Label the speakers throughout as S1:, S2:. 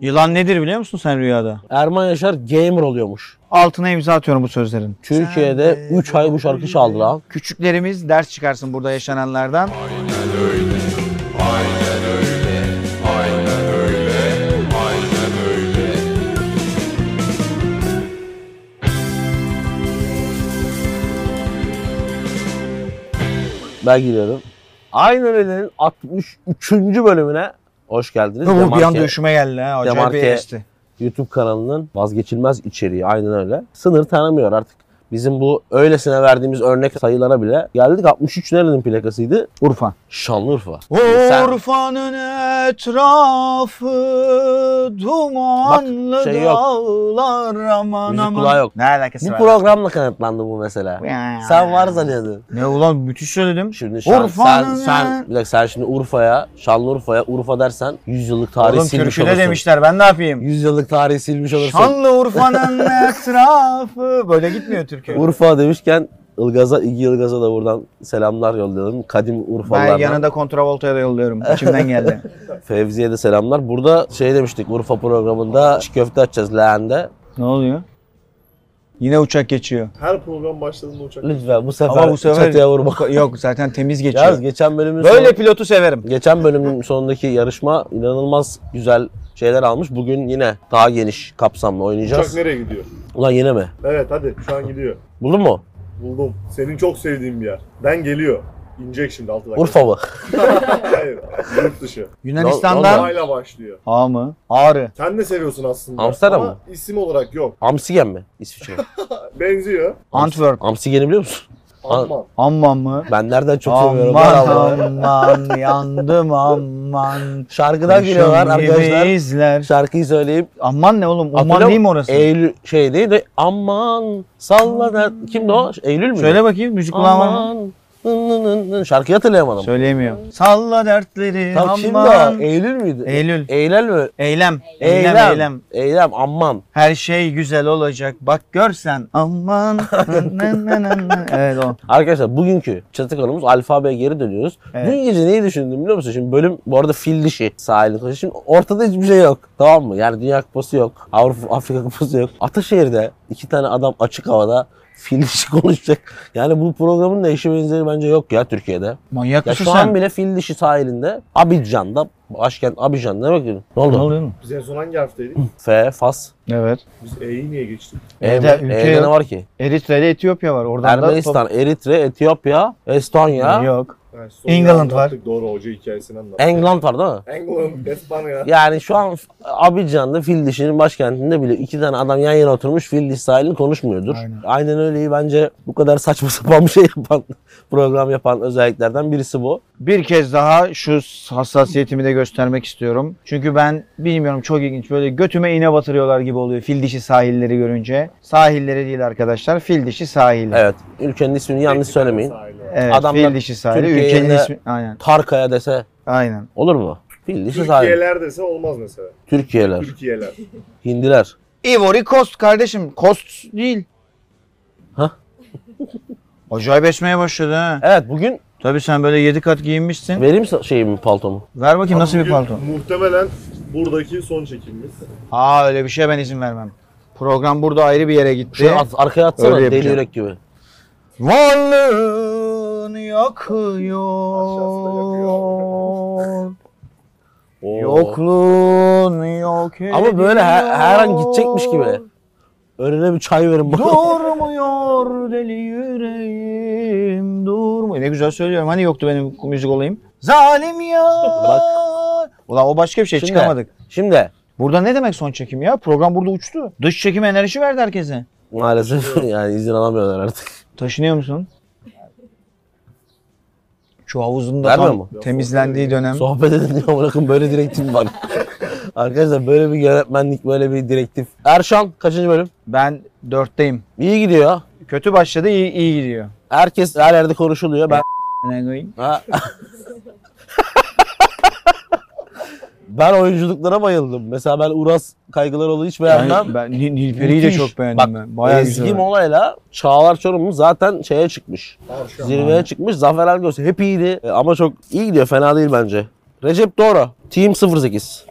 S1: Yılan nedir biliyor musun sen rüyada?
S2: Erman Yaşar gamer oluyormuş.
S1: Altına imza atıyorum bu sözlerin.
S2: Türkiye'de 3 ay bu şarkı çaldı lan.
S1: Küçüklerimiz ders çıkarsın burada yaşananlardan.
S2: Ben giriyorum. Aynen öyle'nin 63. bölümüne hoş geldiniz.
S1: Bu bir anda
S2: Demarke
S1: üşüme geldi ha. Acayip bir
S2: Demarke-
S1: esti.
S2: YouTube kanalının vazgeçilmez içeriği aynen öyle. Sınır tanımıyor artık. Bizim bu öylesine verdiğimiz örnek sayılara bile geldik. 63 nerenin plakasıydı?
S1: Urfa.
S2: Şanlıurfa. Sen-
S1: Urfa'nın etrafı dumanlı
S2: Bak, şey yok.
S1: dağlar aman
S2: Müzik
S1: aman.
S2: kulağı yok.
S1: Ne alakası
S2: Bu
S1: var?
S2: programla kanıtlandı bu mesela. Sen var zannediyordun.
S1: Ne ulan müthiş söyledim.
S2: Şimdi Şan- sen,
S1: Urfa'nın-
S2: sen, bir dakika, sen şimdi Urfa'ya, Şanlıurfa'ya, Urfa dersen 100 yıllık tarih
S1: Oğlum
S2: silmiş
S1: türküde
S2: olursun.
S1: demişler ben ne yapayım?
S2: 100 yıllık tarih silmiş olursun.
S1: Şanlı Urfa'nın etrafı. Böyle gitmiyor türkü.
S2: Urfa demişken Ilgaz'a, İgi Ilgaz'a da buradan selamlar yollayalım. Kadim
S1: Ben
S2: Urfalılardan.
S1: yanında kontravoltaya da yolluyorum. İçimden geldi.
S2: Fevzi'ye de selamlar. Burada şey demiştik Urfa programında çiğ köfte açacağız leğende.
S1: ne oluyor? Yine uçak geçiyor.
S3: Her program başladığında uçak.
S2: Lütfen bu sefer,
S1: Ama bu sefer
S2: çatıya vurma.
S1: yok zaten temiz
S2: Yalnız
S1: geçiyor.
S2: geçen bölümün
S1: Böyle
S2: sonu-
S1: pilotu severim.
S2: geçen bölümün sonundaki yarışma inanılmaz güzel şeyler almış. Bugün yine daha geniş kapsamlı
S3: Uçak
S2: oynayacağız.
S3: nereye gidiyor?
S2: Ulan yine mi?
S3: Evet hadi şu an gidiyor.
S2: Buldun mu?
S3: Buldum. Senin çok sevdiğin bir yer. Ben geliyor. İnecek şimdi 6 dakika.
S2: Urfa mı?
S3: Hayır. Yurt dışı.
S1: Yunanistan'dan
S2: Lan-
S3: A'yla başlıyor.
S1: A mı? Ağrı.
S3: Sen de seviyorsun aslında.
S2: Amsterdam
S3: ama
S2: mı?
S3: isim olarak yok.
S2: Amsigen mi? İsviçre. mi?
S3: Benziyor.
S1: Antwerp.
S2: Amsigen'i biliyor musun? An-
S3: Alman.
S1: Amman mı?
S2: Ben nereden çok seviyorum. var
S1: Aman
S2: Allah'ım.
S1: aman yandım aman.
S2: Şarkıdan giriyorlar
S1: Kurşun gibi
S2: arkadaşlar.
S1: izler.
S2: Şarkıyı söyleyip
S1: Aman ne oğlum? Aman
S2: Hatırlıyor
S1: değil mi
S2: musun?
S1: orası?
S2: Eylül şey değil de aman salla der. Kimdi o? Eylül mü?
S1: Söyle bakayım müzik kulağım var mı?
S2: Aman. nın nın nın nın. Şarkıyı hatırlayamadım.
S1: Söyleyemiyorum. Salla dertleri
S2: Tam kimdi o?
S1: aman.
S2: Eylül müydü?
S1: Eylül.
S2: Eylül mü?
S1: Eylem. Eylem.
S2: Eylem.
S1: Eylem.
S2: Eylem, Amman.
S1: Her şey güzel olacak. Bak görsen. Aman. Nın nın nın nın. evet o.
S2: Arkadaşlar bugünkü çatı konumuz alfabeye geri dönüyoruz.
S1: Evet.
S2: Dün gece neyi düşündüm biliyor musun? Şimdi bölüm bu arada fil dişi sahilini koşuyor. Şimdi ortada hiçbir şey yok. Tamam mı? Yani Dünya Kupası yok. Avrupa, Afrika Kupası yok. Ataşehir'de iki tane adam açık havada fil dişi konuşacak. Yani bu programın da eşi benzeri bence yok ya Türkiye'de.
S1: Manyak
S2: Ya
S1: mısın
S2: şu an
S1: sen?
S2: bile fil dişi sahilinde Abidjan'da başkent Abidjan ne bakıyorsun? Ne
S1: Ne
S2: oldu?
S1: oluyor mu?
S3: Biz en son hangi harfteydik?
S2: F, Fas.
S1: Evet.
S3: Biz E'yi niye geçtik?
S2: E,
S1: Evde ülke
S2: E'de ne
S1: yok.
S2: var ki?
S1: Eritre ile Etiyopya var. Oradan da top-
S2: Ermenistan, Eritre, Etiyopya, Estonya,
S1: Yok.
S3: Yani sonra
S1: England var.
S3: anlattık, Doğru hoca hikayesini anlattık.
S2: England var değil mi?
S3: England, Espanya.
S2: Yani şu an Abidjan'da fil dişinin başkentinde bile iki tane adam yan yana oturmuş fil diş sahilini konuşmuyordur.
S1: Aynen.
S2: Aynen, öyle iyi bence bu kadar saçma sapan bir şey yapan, program yapan özelliklerden birisi bu.
S1: Bir kez daha şu hassasiyetimi de göstermek istiyorum. Çünkü ben bilmiyorum çok ilginç böyle götüme iğne batırıyorlar gibi oluyor fil dişi sahilleri görünce. Sahilleri değil arkadaşlar fil dişi sahili.
S2: Evet, ülkenin ismini yanlış
S3: Meksika
S2: söylemeyin.
S3: sahili.
S1: Evet,
S2: Adamlar
S1: fil dişi sahili.
S2: Türkiye'ye
S1: Ülkenin
S2: de-
S1: ismi. Aynen.
S2: Tarkaya dese
S1: Aynen.
S2: olur mu? Fil dişi sahili.
S3: Türkiye'ler dese olmaz mesela.
S2: Türkiye'ler,
S3: Türkiye'ler.
S2: Hindiler.
S1: Ivory Coast kardeşim. Coast değil.
S2: Hah?
S1: Acayip esmeye başladı ha.
S2: Evet bugün
S1: Tabii sen böyle 7 kat giyinmişsin.
S2: vereyim sa- şeyimi paltomu.
S1: Ver bakayım nasıl bir
S3: Bugün
S1: palto.
S3: Muhtemelen buradaki son çekimimiz.
S1: Aa öyle bir şeye ben izin vermem. Program burada ayrı bir yere gitti.
S2: Şöyle at- arkaya atsana
S1: Şey, Öyle
S2: deli
S1: yapacağım.
S2: yürek gibi.
S1: Varlığın
S3: yakıyor.
S1: yakıyor.
S2: Oo.
S1: Yokluğun yok
S2: Ama böyle her, her an gidecekmiş gibi.
S1: ediyor.
S2: Önüne bir çay verin bana.
S1: Durmuyor deli yüreğim durmuyor. Ne güzel söylüyorum. Hani yoktu benim müzik olayım. Zalim ya.
S2: Bak.
S1: Ulan o başka bir şey
S2: Şimdi-
S1: çıkamadık.
S2: Şimdi
S1: Burada ne demek son çekim ya? Program burada uçtu. Dış çekim enerji verdi herkese.
S2: maalesef yani izin alamıyorlar artık.
S1: Taşınıyor musun? Şu havuzun da
S2: Vermiyor
S1: tam
S2: mu?
S1: temizlendiği dönem.
S2: Sohbet edin diyor bırakın böyle direktif var. Arkadaşlar böyle bir yönetmenlik böyle bir direktif. Erşan kaçıncı bölüm?
S1: Ben dörtteyim.
S2: İyi gidiyor.
S1: Kötü başladı iyi, iyi gidiyor.
S2: Herkes her yerde konuşuluyor. Ben
S1: Ne koyayım?
S2: Ha. ben oyunculuklara bayıldım. Mesela ben Uras Kaygılaroğlu hiç beğenmem.
S1: Ben, ben Nil- Nilperi'yi de
S2: Müthiş.
S1: çok beğendim
S2: Bak,
S1: ben. Bayağı
S2: Ezgi
S1: güzel.
S2: Molayla Çağlar Çorumlu zaten şeye çıkmış.
S3: Arşan.
S2: Zirveye çıkmış. Zafer Algöz hep iyiydi. E, Ama çok iyi gidiyor. Fena değil bence. Recep Doğru. Team 08.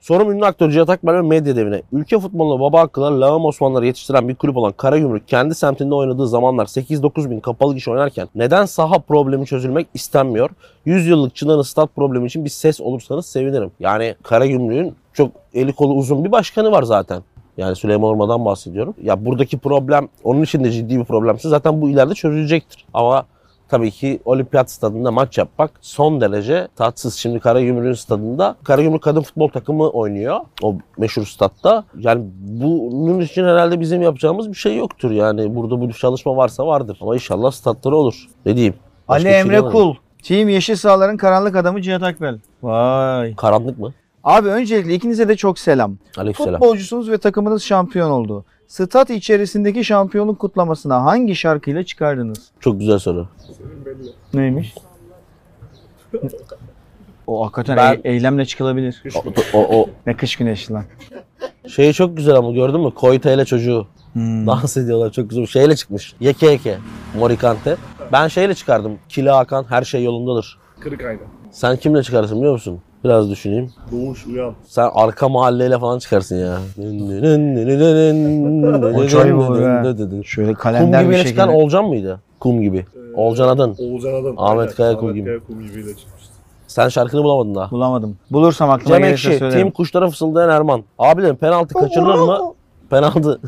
S2: Sorum ünlü aktör Cihat Akberk ve medya devine. Ülke futboluna baba hakkılar lağım Osmanlıları yetiştiren bir kulüp olan Karagümrük kendi semtinde oynadığı zamanlar 8-9 bin kapalı kişi oynarken neden saha problemi çözülmek istenmiyor? 100 yıllık Çınar'ın stat problemi için bir ses olursanız sevinirim. Yani Karagümrük'ün çok eli kolu uzun bir başkanı var zaten. Yani Süleyman Orman'dan bahsediyorum. Ya buradaki problem onun için de ciddi bir problemse zaten bu ileride çözülecektir. Ama tabii ki olimpiyat stadında maç yapmak son derece tatsız. Şimdi Karagümrük'ün stadında Karagümrük kadın futbol takımı oynuyor o meşhur statta. Yani bunun için herhalde bizim yapacağımız bir şey yoktur. Yani burada bu çalışma varsa vardır. Ama inşallah statları olur. Ne diyeyim? Başka
S1: Ali
S2: bir şey
S1: Emre
S2: diyemedim.
S1: Kul. Team Yeşil Sahaların karanlık adamı Cihat Akbel. Vay.
S2: Karanlık mı?
S1: Abi öncelikle ikinize de çok selam.
S2: Aleykümselam.
S1: Futbolcusunuz ve takımınız şampiyon oldu. Stat içerisindeki şampiyonluk kutlamasına hangi şarkıyla çıkardınız?
S2: Çok güzel soru.
S3: Belli.
S1: Neymiş? o hakikaten
S2: Ben-
S1: e- eylemle çıkılabilir.
S3: Kış
S2: O, o, o
S1: Ne kış güneşi lan.
S2: şey çok güzel ama gördün mü? Koyta ile çocuğu.
S1: Hmm.
S2: Dans ediyorlar çok güzel. Şeyle çıkmış. Yeke yeke. Morikante. Ben şeyle çıkardım. Kila Hakan her şey yolundadır.
S3: kırık ayna.
S2: Sen kimle çıkarsın biliyor musun? Biraz düşüneyim.
S3: Doğuş uyan.
S2: Sen arka mahalleyle falan çıkarsın ya.
S1: O çay olur ha. Şöyle
S2: Kum
S1: kalender bir
S2: gibi
S1: şekilde.
S2: çıkan Olcan mıydı? Kum gibi. Olcan Adın.
S3: Oğuzhan Adam.
S2: Ahmet Kayakul gibi.
S3: Kayakum gibiyle çıkmıştı.
S2: Sen şarkını bulamadın daha.
S1: Bulamadım. Bulursam aklıma
S2: Cem
S1: gelirse
S2: Ekşi,
S1: söylerim.
S2: Tim Kuşlara Fısıldayan Erman. Abilerim penaltı kaçırılır mı? Penaltı.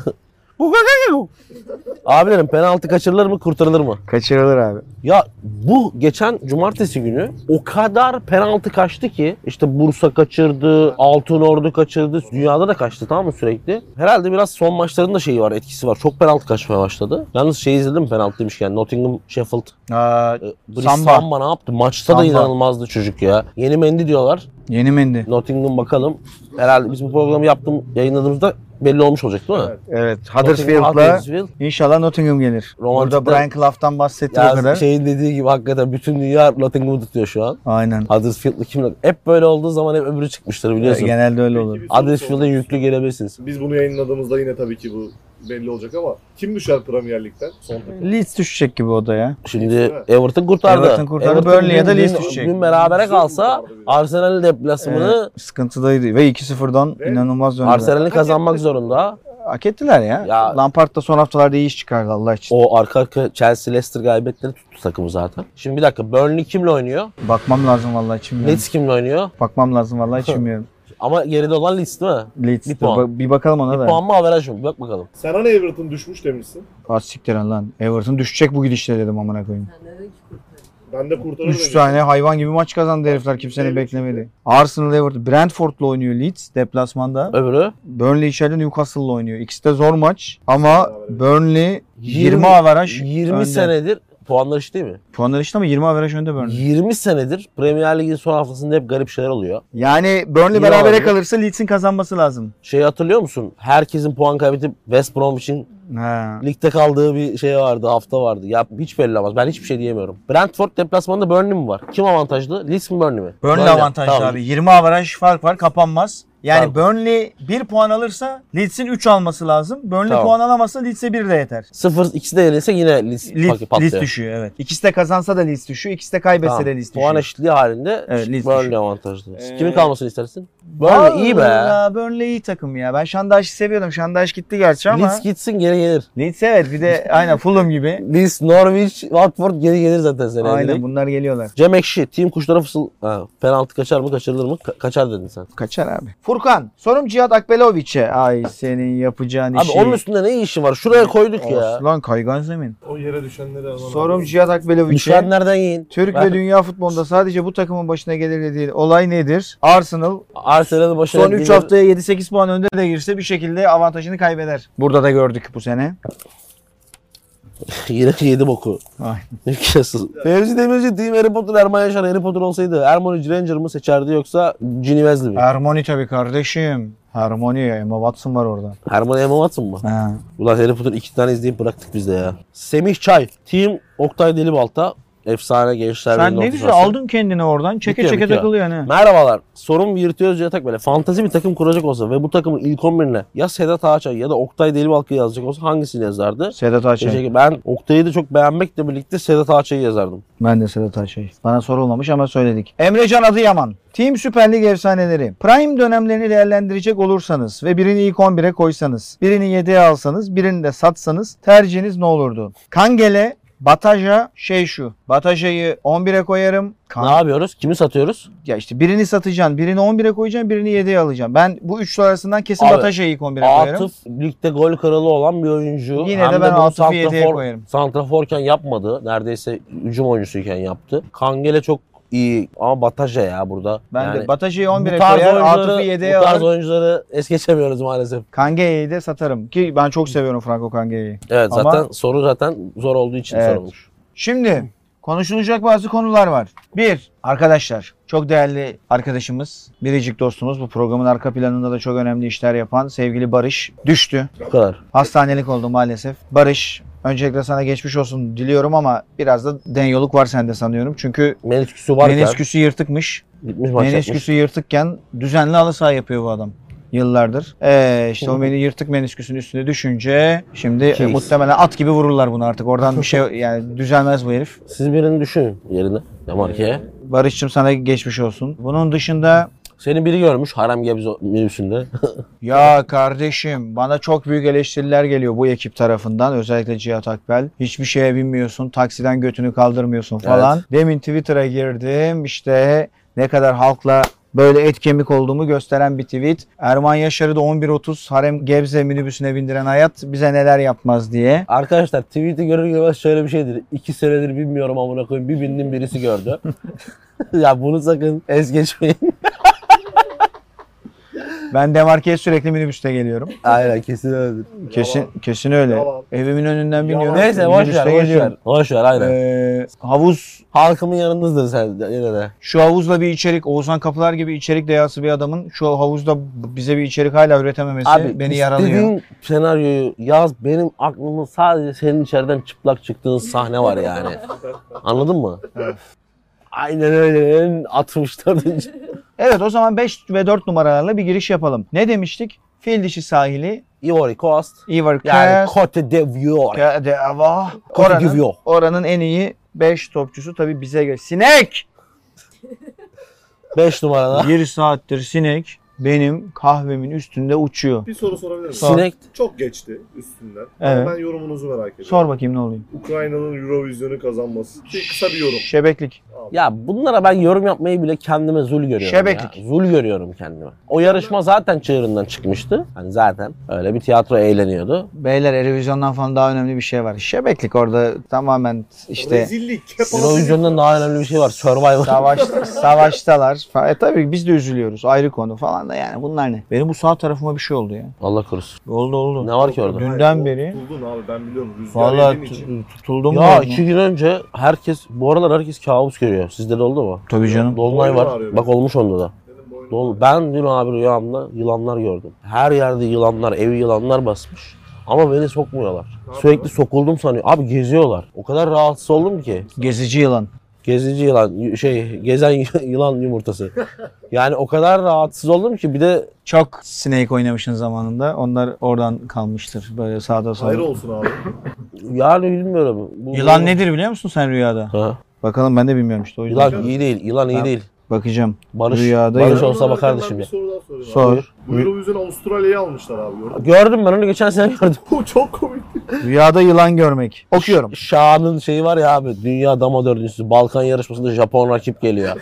S2: Abilerim penaltı kaçırılır mı, kurtarılır mı?
S1: Kaçırılır abi.
S2: Ya bu geçen cumartesi günü o kadar penaltı kaçtı ki işte Bursa kaçırdı, Altınordu kaçırdı. Dünyada da kaçtı tamam mı sürekli? Herhalde biraz son maçların da şeyi var, etkisi var. Çok penaltı kaçmaya başladı. Yalnız şey izledim penaltı demişken Nottingham Sheffield.
S1: Aa,
S2: e, Brice
S1: Samba.
S2: Samba. ne yaptı? Maçta
S1: Samba.
S2: da inanılmazdı çocuk ya. Yeni Mendy diyorlar.
S1: yeni mendi.
S2: Nottingham bakalım. Herhalde biz bu programı yaptım, yayınladığımızda belli olmuş olacak değil mi?
S3: Evet.
S1: Evet.
S2: Nottingham,
S1: Huddersfield'la
S2: Huddersfield.
S1: inşallah Nottingham gelir.
S2: Romantikler-
S1: Burada Brian Clough'tan bahsetti o kadar.
S2: Ya şeyin dediği gibi hakikaten bütün dünya Nottingham'ı tutuyor şu an.
S1: Aynen.
S2: Huddersfield'lı kim? Hep böyle olduğu zaman hep öbürü çıkmıştır biliyorsun.
S1: Genelde öyle olur.
S3: Peki bir soru
S2: Huddersfield'e
S3: sorayım.
S2: yüklü gelebilirsiniz.
S3: Biz bunu yayınladığımızda yine tabii ki bu belli olacak ama kim düşer Premier Lig'den son takım?
S1: Leeds düşecek gibi o da ya.
S2: Şimdi Everton kurtardı.
S1: Everton kurtardı, Burnley ya da
S2: dün-
S1: Leeds
S2: dün-
S1: düşecek.
S2: Dün berabere
S3: Leeds'i
S2: kalsa
S3: kurtardı bir de.
S2: Arsenal deplasmanı
S1: Ee, sıkıntıdaydı ve 2-0'dan
S3: Ve
S1: inanılmaz döndü.
S2: Arsenal'i kazanmak zorunda.
S1: Hak ettiler ya.
S2: Ya-
S1: Lampard da son haftalarda iyi iş çıkardı Allah için.
S2: O arka arka Chelsea Leicester galibiyetleri tuttu takımı zaten. Şimdi bir dakika Burnley kimle oynuyor?
S1: Bakmam lazım vallahi hiç bilmiyorum.
S2: Leeds kimle oynuyor?
S1: Bakmam lazım vallahi hiç bilmiyorum.
S2: Ama geride olan Leeds değil mi?
S1: Leeds.
S2: Bir
S1: Bir,
S2: puan.
S1: ba- bir bakalım ona da.
S2: Puan mı averaj mı? Bir Bak bakalım.
S3: Sen hani Everton düşmüş demişsin.
S1: Ah siktir lan. Everton düşecek bu gidişle dedim amına koyayım.
S3: Ben de kurtarırım.
S1: 3
S3: dedim.
S1: tane hayvan gibi maç kazandı herifler kimsenin
S3: Evet.
S1: beklemedi. Arsenal Everton Brentford'la oynuyor Leeds deplasmanda.
S2: Öbürü
S1: Burnley içeride Newcastle'la oynuyor. İkisi de zor maç ama Burnley 20,
S2: 20
S1: averaj
S2: 20
S1: önde.
S2: senedir puanlar eşit değil mi?
S1: Puanları işte ama 20 averaj önde Burnley.
S2: 20 senedir Premier Lig'in son haftasında hep garip şeyler oluyor.
S1: Yani Burnley
S2: Yo
S1: berabere
S2: abi.
S1: kalırsa Leeds'in kazanması lazım.
S2: Şeyi hatırlıyor musun? Herkesin puan kaybedip West Brom için
S1: Ha.
S2: ligde kaldığı bir şey vardı, hafta vardı. Ya hiç belli olmaz. Ben hiçbir şey diyemiyorum. Brentford deplasmanında Burnley mi var? Kim avantajlı? Leeds mi Burnley mi?
S1: Burnley avantajlı
S2: Tamam.
S1: abi. 20 averaj fark var kapanmaz. Yani
S2: Tamam.
S1: Burnley 1 puan alırsa Leeds'in 3 alması lazım. Burnley
S2: Tamam.
S1: puan alamazsa Leeds'e 1 de yeter.
S2: Sıfır, ikisi de yenilse yine Leeds,
S1: Leeds,
S2: patlıyor.
S1: Leeds düşüyor evet. İkisi de kazansa da Leeds düşüyor. İkisi de kaybetse
S2: Tamam.
S1: de Leeds düşüyor.
S2: Puan eşitliği halinde
S1: Evet, Leeds
S2: Burnley
S1: düşüyor.
S2: avantajlı.
S1: Ee,
S2: Kimin kalmasını istersin? Burnley iyi be.
S1: Vallahi Burnley iyi takım ya. Ben Şandaş'ı seviyordum. Şandaş gitti gerçi ama.
S2: Leeds
S1: Leeds,
S2: gitsin geri gelir.
S1: evet bir de aynen Fulham gibi.
S2: Leeds, Norwich, Watford geri gelir zaten seneye. direkt.
S1: aynen bunlar geliyorlar.
S2: Cem Ekşi, Team Kuşlara fısıl... Ha, penaltı kaçar mı kaçırılır mı? Ka- kaçar dedin sen.
S1: Kaçar abi. Furkan sorum Cihat Akbeloviç'e. Ay senin yapacağın
S2: Abi
S1: işi.
S2: onun üstünde ne işi var? Şuraya koyduk ya.
S1: Aslan kaygan zemin.
S3: O yere düşenleri alan
S1: Sorum
S3: adam.
S1: Cihat Akbeloviç'e.
S2: Düşenlerden yiyin.
S1: Türk
S2: Ben-
S1: ve dünya futbolunda sadece bu takımın başına gelir dediği olay nedir? Arsenal
S2: Arsenal'ın başına...
S1: son 3
S2: gelir.
S1: haftaya 7-8 puan önde de girse bir şekilde avantajını kaybeder. Burada da gördük bu sene.
S2: Yine yedi boku.
S1: Aynen.
S2: Newcastle. Fevzi Demirci, Team Harry Potter, Erman Yaşar Harry Potter olsaydı Erman Ranger mı seçerdi yoksa Ginny Wesley mi?
S1: Harmony tabii kardeşim. Harmony ya Emma Watson var orada.
S2: Erman Emma Watson mı?
S1: Ha.
S2: Ulan Harry Potter iki tane izleyip bıraktık biz de ya. Semih Çay, Team Oktay Delibalta, Efsane gençler.
S1: Sen
S2: Birliği
S1: ne
S2: ortası
S1: güzel
S2: arasında.
S1: aldın kendini oradan. Çeke
S2: Bitiyor,
S1: çeke
S2: bitiyor.
S1: takılıyor hani. yani.
S2: Merhabalar. Sorun virtüöz yatak böyle. Fantezi bir takım kuracak olsa ve bu takımın ilk 11'ine ya Sedat Ağaçay ya da Oktay Delibalkı yazacak olsa hangisini yazardı?
S1: Sedat Ağaçay.
S2: Teşekkür. Ben Oktay'ı da çok beğenmekle birlikte Sedat Ağaçay'ı yazardım.
S1: Ben de Sedat Ayşe. Bana sorulmamış ama söyledik. Emrecan Adıyaman. Team Süper Lig efsaneleri. Prime dönemlerini değerlendirecek olursanız ve birini ilk 11'e koysanız, birini yedeğe alsanız, birini de satsanız tercihiniz ne olurdu? Kangele, Bataja şey şu. Bataja'yı 11'e koyarım. Kan-
S2: Ne yapıyoruz? Kimi satıyoruz?
S1: ya işte birini satacaksın, birini 11'e koyacaksın, birini yedeğe alacaksın. Ben bu üçlü arasından kesin
S2: Abi,
S1: Bataja'yı ilk 11'e koyarım.
S2: Atıf ligde gol kralı olan bir oyuncu.
S1: Yine de ben
S2: bunu
S1: Atıf'ı yediye
S2: santrafor-
S1: koyarım.
S2: Santraforken yapmadı. Neredeyse hücum oyuncusuyken yaptı. Kangele çok iyi ama Bataja ya burada.
S1: Ben
S2: Yani
S1: de Bataja'yı
S2: bu
S1: 11'e
S2: tarz
S1: koyar,
S2: oyuncuları-
S1: Atıf'ı yedeğe
S2: Bu tarz
S1: alırım.
S2: oyuncuları es geçemiyoruz maalesef.
S1: Kange'yi de satarım ki ben çok seviyorum Franco Kange'yi.
S2: Evet
S1: Ama-
S2: zaten soru zaten zor olduğu için
S1: Evet.
S2: sorulmuş.
S1: Şimdi konuşulacak bazı konular var. Bir, arkadaşlar çok değerli arkadaşımız, biricik dostumuz bu programın arka planında da çok önemli işler yapan sevgili Barış düştü.
S2: Bu kadar.
S1: Hastanelik oldu maalesef. Barış öncelikle sana geçmiş olsun diliyorum ama biraz da denyoluk var sende sanıyorum. Çünkü
S2: Menisküsü varken
S1: menisküsü yırtıkmış.
S2: gitmiş maç yapmış.
S1: Menisküsü yırtıkken düzenli halı saha yapıyor bu adam yıllardır. Ee, işte o meni yırtık menisküsünün üstüne düşünce şimdi e,
S2: Keyif.
S1: muhtemelen at gibi vururlar bunu artık. Oradan bir şey yani düzelmez bu herif.
S2: Siz birini düşünün yerine. Demarke'ye.
S1: Barış'cığım sana geçmiş olsun. Bunun dışında
S2: Seni biri görmüş harem gebz minibüsünde.
S1: ya kardeşim bana çok büyük eleştiriler geliyor bu ekip tarafından. Özellikle Cihat Akbel. Hiçbir şeye binmiyorsun. Taksiden götünü kaldırmıyorsun falan.
S2: Evet.
S1: Demin Twitter'a girdim. işte ne kadar halkla böyle et kemik olduğumu gösteren bir tweet. Erman Yaşar'ı da 11.30 Harem Gebze minibüsüne bindiren hayat bize neler yapmaz diye.
S2: Arkadaşlar tweet'i görür görmez şöyle bir şeydir. İki senedir bilmiyorum amına koyayım. Bir bindim birisi gördü. ya bunu sakın es geçmeyin.
S1: Ben Demarke'ye sürekli minibüste geliyorum.
S2: Aynen kesin öyledir.
S1: Kesin kesin öyle.
S3: Yalan.
S1: Evimin önünden biniyorum.
S2: Neyse boş ver
S1: minibüste
S2: boş
S1: geliyorum.
S2: ver. Boş ver aynen.
S1: Ee, havuz
S2: Halkımın yanındasın sen yine de.
S1: Şu havuzla bir içerik, Oğuzhan Kapılar gibi içerik deyası bir adamın şu havuzda bize bir içerik hala üretememesi Şey, beni yaralıyor.
S2: istediğin senaryoyu yaz. Benim aklımın sadece senin içeriden çıplak çıktığın sahne var yani. Anladın mı? Aynen öyle. En 64.
S1: Evet o zaman 5 ve 4 numaralarla bir giriş yapalım. Ne demiştik? Fil dişi sahili,
S2: Ivory Coast.
S1: Ivar
S2: Yani
S1: Kes,
S2: Cote d'Ivoire.
S1: Ke- de- Ava.
S2: Cote
S1: Oranın,
S2: d'Ivoire.
S1: oranın en iyi 5 topçusu tabii bize göre. Sinek!
S2: 5 numarada.
S1: bir saattir sinek benim kahvemin üstünde uçuyor.
S3: Bir soru sorabilir miyim?
S1: Sor.
S2: Sinek
S3: Çok geçti üstünden.
S1: Evet.
S3: Ben yorumunuzu merak ediyorum.
S1: Sor bakayım ne oluyor?
S3: Ukrayna'nın Eurovision'u kazanması. Bir kısa bir yorum.
S1: Şebeklik.
S2: Ya bunlara ben yorum yapmayı bile kendime zul görüyorum
S1: Şebeklik.
S2: ya. Zul görüyorum kendime. O yarışma zaten çığırından çıkmıştı. Hani zaten öyle bir tiyatro eğleniyordu.
S1: Beyler Erevizyon'dan falan daha önemli bir şey var. Şebeklik orada tamamen işte...
S3: Rezillik. kepazelik.
S2: Eurovision'dan daha önemli bir şey var. Survivor.
S1: Savaş, savaştalar. Fa- E tabii biz de üzülüyoruz. Ayrı konu falan da yani bunlar ne? Benim bu sağ tarafıma bir şey oldu ya.
S2: Allah korusun.
S1: Oldu oldu.
S2: Ne var ki orada?
S1: Dünden
S3: Hayır, o
S1: beri-
S3: Tutuldun abi ben biliyorum. Rüzgar
S1: Vallahi
S3: yediğin için.
S1: tu- tutuldum
S2: Ya
S1: mu?
S2: iki gün önce herkes, bu aralar herkes kabus görüyor. Sizde de oldu mu?
S1: Tabii canım.
S2: Dolunay
S3: Boynum
S2: var.
S3: ağrıyor
S2: Bak olmuş onda da.
S3: Benim boynum
S2: Dol ben dün abi rüyamda yılanlar gördüm. Her yerde yılanlar, evi yılanlar basmış. Ama beni sokmuyorlar.
S3: Ne
S2: Sürekli
S3: yapıyorlar?
S2: sokuldum sanıyor. Abi geziyorlar. O kadar rahatsız oldum ki.
S1: Gezici yılan.
S2: Gezici yılan, y- şey gezen y- yılan yumurtası. Yani o kadar rahatsız oldum ki bir de
S1: Çok Snake oynamışın zamanında. Onlar oradan kalmıştır. Böyle sağda
S3: Hayır
S1: solda.
S3: olsun abi.
S2: yani bilmiyorum. Bu-
S1: Yılan
S2: bu-
S1: nedir biliyor musun sen rüyada?
S2: Ha.
S1: Bakalım ben de bilmiyorum işte. O yüzden
S2: Yılan iyi değil, yılan iyi
S1: Ha.
S2: değil.
S1: bakacağım.
S2: Barış,
S1: Rüyada
S2: Barış
S1: yılan-
S2: olsa bakardı
S3: Ben Bir
S2: şimdi.
S3: soru daha sorayım abi.
S1: Sor.
S3: Bu Eurovision Avustralya'yı almışlar abi. Gördün mü?
S2: Gördüm ben onu geçen sene gördüm.
S3: Bu çok komik.
S1: Rüyada yılan görmek. Okuyorum.
S2: Şahan'ın şeyi var ya abi, dünya dama dördüncüsü, Balkan yarışmasında Japon rakip geliyor.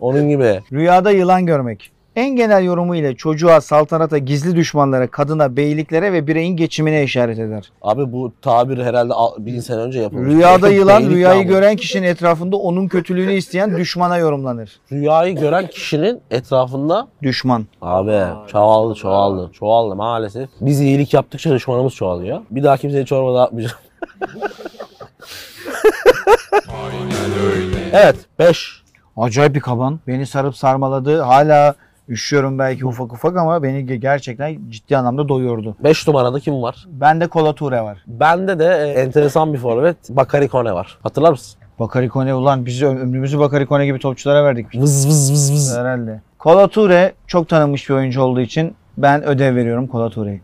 S2: Onun gibi.
S1: Rüyada yılan görmek. En genel yorumu ile çocuğa, saltanata, gizli düşmanlara, kadına, beyliklere ve bireyin geçimine işaret eder.
S2: Abi bu tabir herhalde al- bin sene önce yapılmış.
S1: Rüyada yılan
S2: Beylik
S1: rüyayı
S2: namı.
S1: gören kişinin etrafında onun kötülüğünü isteyen düşmana yorumlanır.
S2: Rüyayı gören kişinin etrafında
S1: Düşman.
S2: Abi
S3: Aa,
S2: çoğaldı
S3: işte.
S2: çoğaldı. Çoğaldı maalesef. Biz iyilik yaptıkça düşmanımız çoğalıyor. Bir daha kimseye çorba dağıtmayacağım. evet 5.
S1: Acayip bir kaban. Beni sarıp sarmaladı. Hala üşüyorum belki ufak ufak ama beni ge- gerçekten ciddi anlamda doyurdu.
S2: 5 numarada kim var?
S1: Bende kolature var.
S2: Bende de e, enteresan bir forvet Bakari Kone var. Hatırlar mısın?
S1: Bakarikone ulan biz ö- ömrümüzü Bakarikone gibi topçulara verdik.
S2: Vız vız vız vız.
S1: Herhalde. Kola Toure çok tanınmış bir oyuncu olduğu için ben ödev veriyorum Kola Toure'ye.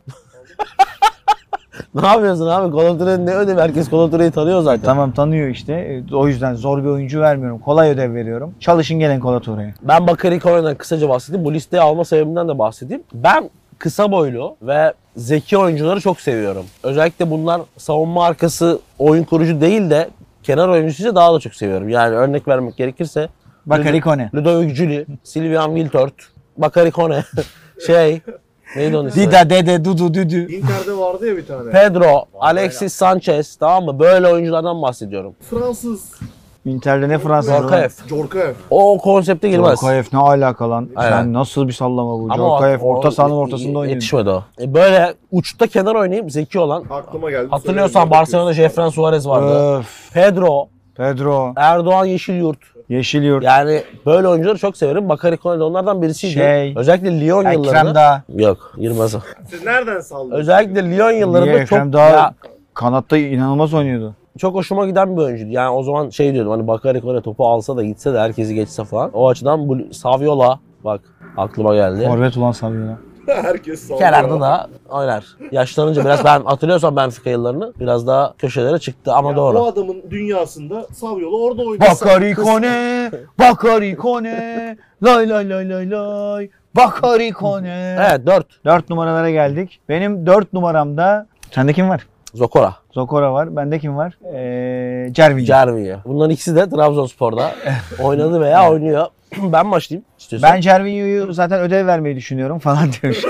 S2: ne yapıyorsun abi? Kolotre'nin ne ödevi? Herkes Kolotre'yi tanıyor zaten.
S1: Tamam tanıyor işte. E, O yüzden zor bir oyuncu vermiyorum. Kolay ödev veriyorum. Çalışın gelin Kola Toure'ye.
S2: Ben Bakary Kore'den kısaca bahsedeyim. Bu listeye alma sebebimden de bahsedeyim. Ben kısa boylu ve zeki oyuncuları çok seviyorum. Özellikle bunlar savunma arkası oyun kurucu değil de kenar oyuncusuysa daha da çok seviyorum. Yani örnek vermek gerekirse
S1: Bakarikone.
S2: Ludovic Juli, Silvian Wiltord, Bakary Kone, şey neydi onun ismi?
S1: Dida dede dudu düdü.
S3: Inter'de vardı ya bir tane.
S2: Pedro, Alexis Sanchez tamam mı? Böyle oyunculardan bahsediyorum.
S3: Fransız.
S1: Inter'de ne Fransız?
S2: Jorkaev.
S3: Jorkaev.
S2: O konsepte girmez.
S1: Jorkaev ne alaka lan?
S2: Aynen.
S1: Sen nasıl bir sallama bu?
S2: Ama
S1: Jorkaev
S2: o-
S1: orta sahanın
S2: o-
S1: ortasında oynuyor.
S2: Yetişmedi o. E böyle uçta kenar oynayayım zeki olan
S3: Aklıma geldi.
S2: Hatırlıyorsan
S3: söyledim.
S2: Barcelona'da
S1: şey-
S2: Jeffren Suarez vardı.
S1: Öf.
S2: Pedro,
S1: Pedro.
S2: Erdoğan Yeşilyurt.
S1: Yeşilyurt.
S2: Yani böyle oyuncuları çok severim. Bakary Kone de onlardan birisiydi.
S1: Şey,
S2: Özellikle Lyon
S1: Ekrem
S2: yıllarında.
S1: daha.
S2: Yok, girmez o.
S3: Siz nereden saldınız?
S2: Özellikle Lyon yıllarında
S1: Niye
S2: çok
S1: Ekrem daha
S2: ya,
S1: kanatta inanılmaz oynuyordu.
S2: çok hoşuma giden bir oyuncuydu. Yani o zaman şey diyordum hani Bakary Kone topu alsa da gitse de herkesi geçse falan. O açıdan bu Saviola bak aklıma geldi.
S1: Forvet ulan Saviola.
S3: Herkes saldırıyor.
S2: Kenarda da oynar. Yaşlanınca biraz ben hatırlıyorsan Benfica yıllarını biraz daha köşelere çıktı ama
S3: Ya
S2: doğru.
S3: Bu adamın dünyasında Saviola orada oynuyor.
S1: Bakarikone, Bakarikone, lay lay lay lay lay, Bakarikone.
S2: Evet 4
S1: Dört numaralara geldik. Benim dört numaramda, sende kim var?
S2: Zokora.
S1: Zokora var, bende kim var? Ee, Cervinho.
S2: Cervinho. Bunların ikisi de Trabzonspor'da oynadı veya oynuyor. ben başlayayım istiyorsan.
S1: ben Cervinho'yu zaten ödev vermeyi düşünüyorum falan diyor.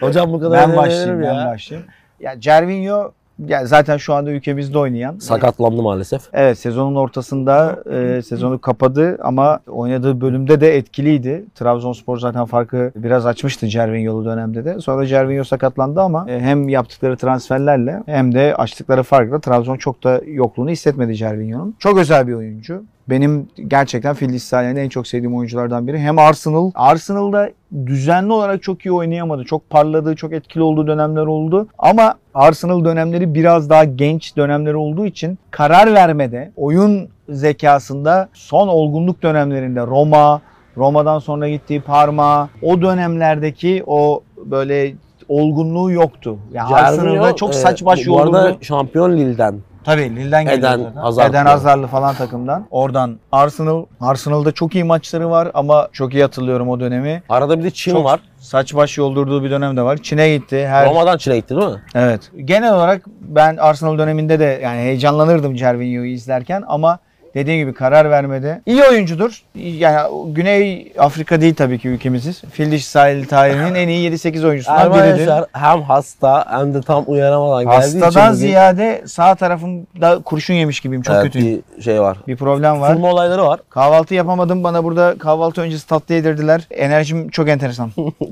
S2: Hocam bu kadar
S1: ben başlayayım,
S2: ya.
S1: ben başlayayım. Ya Cervinho ya zaten şu anda ülkemizde oynayan.
S2: Sakatlandı maalesef.
S1: Evet sezonun ortasında e, sezonu kapadı ama oynadığı bölümde de etkiliydi. Trabzonspor zaten farkı biraz açmıştı Cervinho'lu dönemde de. Sonra Cervinho sakatlandı ama e, hem yaptıkları transferlerle hem de açtıkları farkla Trabzon çok da yokluğunu hissetmedi Cervinho'nun. Çok özel bir oyuncu. Benim gerçekten Filistin'in en çok sevdiğim oyunculardan biri. Hem Arsenal. Arsenal'da düzenli olarak çok iyi oynayamadı. Çok parladığı, çok etkili olduğu dönemler oldu. Ama Arsenal dönemleri biraz daha genç dönemleri olduğu için karar vermede, oyun zekasında son olgunluk dönemlerinde Roma, Roma'dan sonra gittiği Parma, o dönemlerdeki o böyle olgunluğu yoktu. Ya Arsenal'da
S2: Cervinho,
S1: çok
S2: e,
S1: saç baş
S2: Bu arada
S1: yoruldu.
S2: Şampiyon Lille'den.
S1: Tabii Lille'den geliyor.
S2: Eden
S1: zaten.
S2: Hazard.
S1: Eden Hazard'lı falan takımdan. Oradan Arsenal. Arsenal'da çok iyi maçları var ama çok iyi hatırlıyorum o dönemi.
S2: Arada bir de Çin
S1: Çok- er-
S2: var.
S1: Saç baş yoldurduğu bir dönem de var. Çin'e gitti. Her
S2: Roma'dan Çin'e gitti değil mi?
S1: Evet. Genel olarak ben Arsenal döneminde de yani heyecanlanırdım Cervinho'yu izlerken ama dediğim gibi karar vermedi. İyi oyuncudur. Yani Güney Afrika değil tabii ki ülkemiziz. Fil dişi sahili tarihinin en iyi 7-8 oyuncusundan biridir.
S2: Arkadaşlar hem hasta hem de tam uyanamadan geldiği için.
S1: Hastadan
S2: bugün-
S1: ziyade sağ tarafımda kurşun yemiş gibiyim. Çok
S2: Evet,
S1: kötüyüm.
S2: Bir şey var.
S1: Bir problem var.
S2: Fırma olayları var.
S1: Kahvaltı yapamadım. Bana burada kahvaltı öncesi tatlı yedirdiler. Enerjim çok enteresan.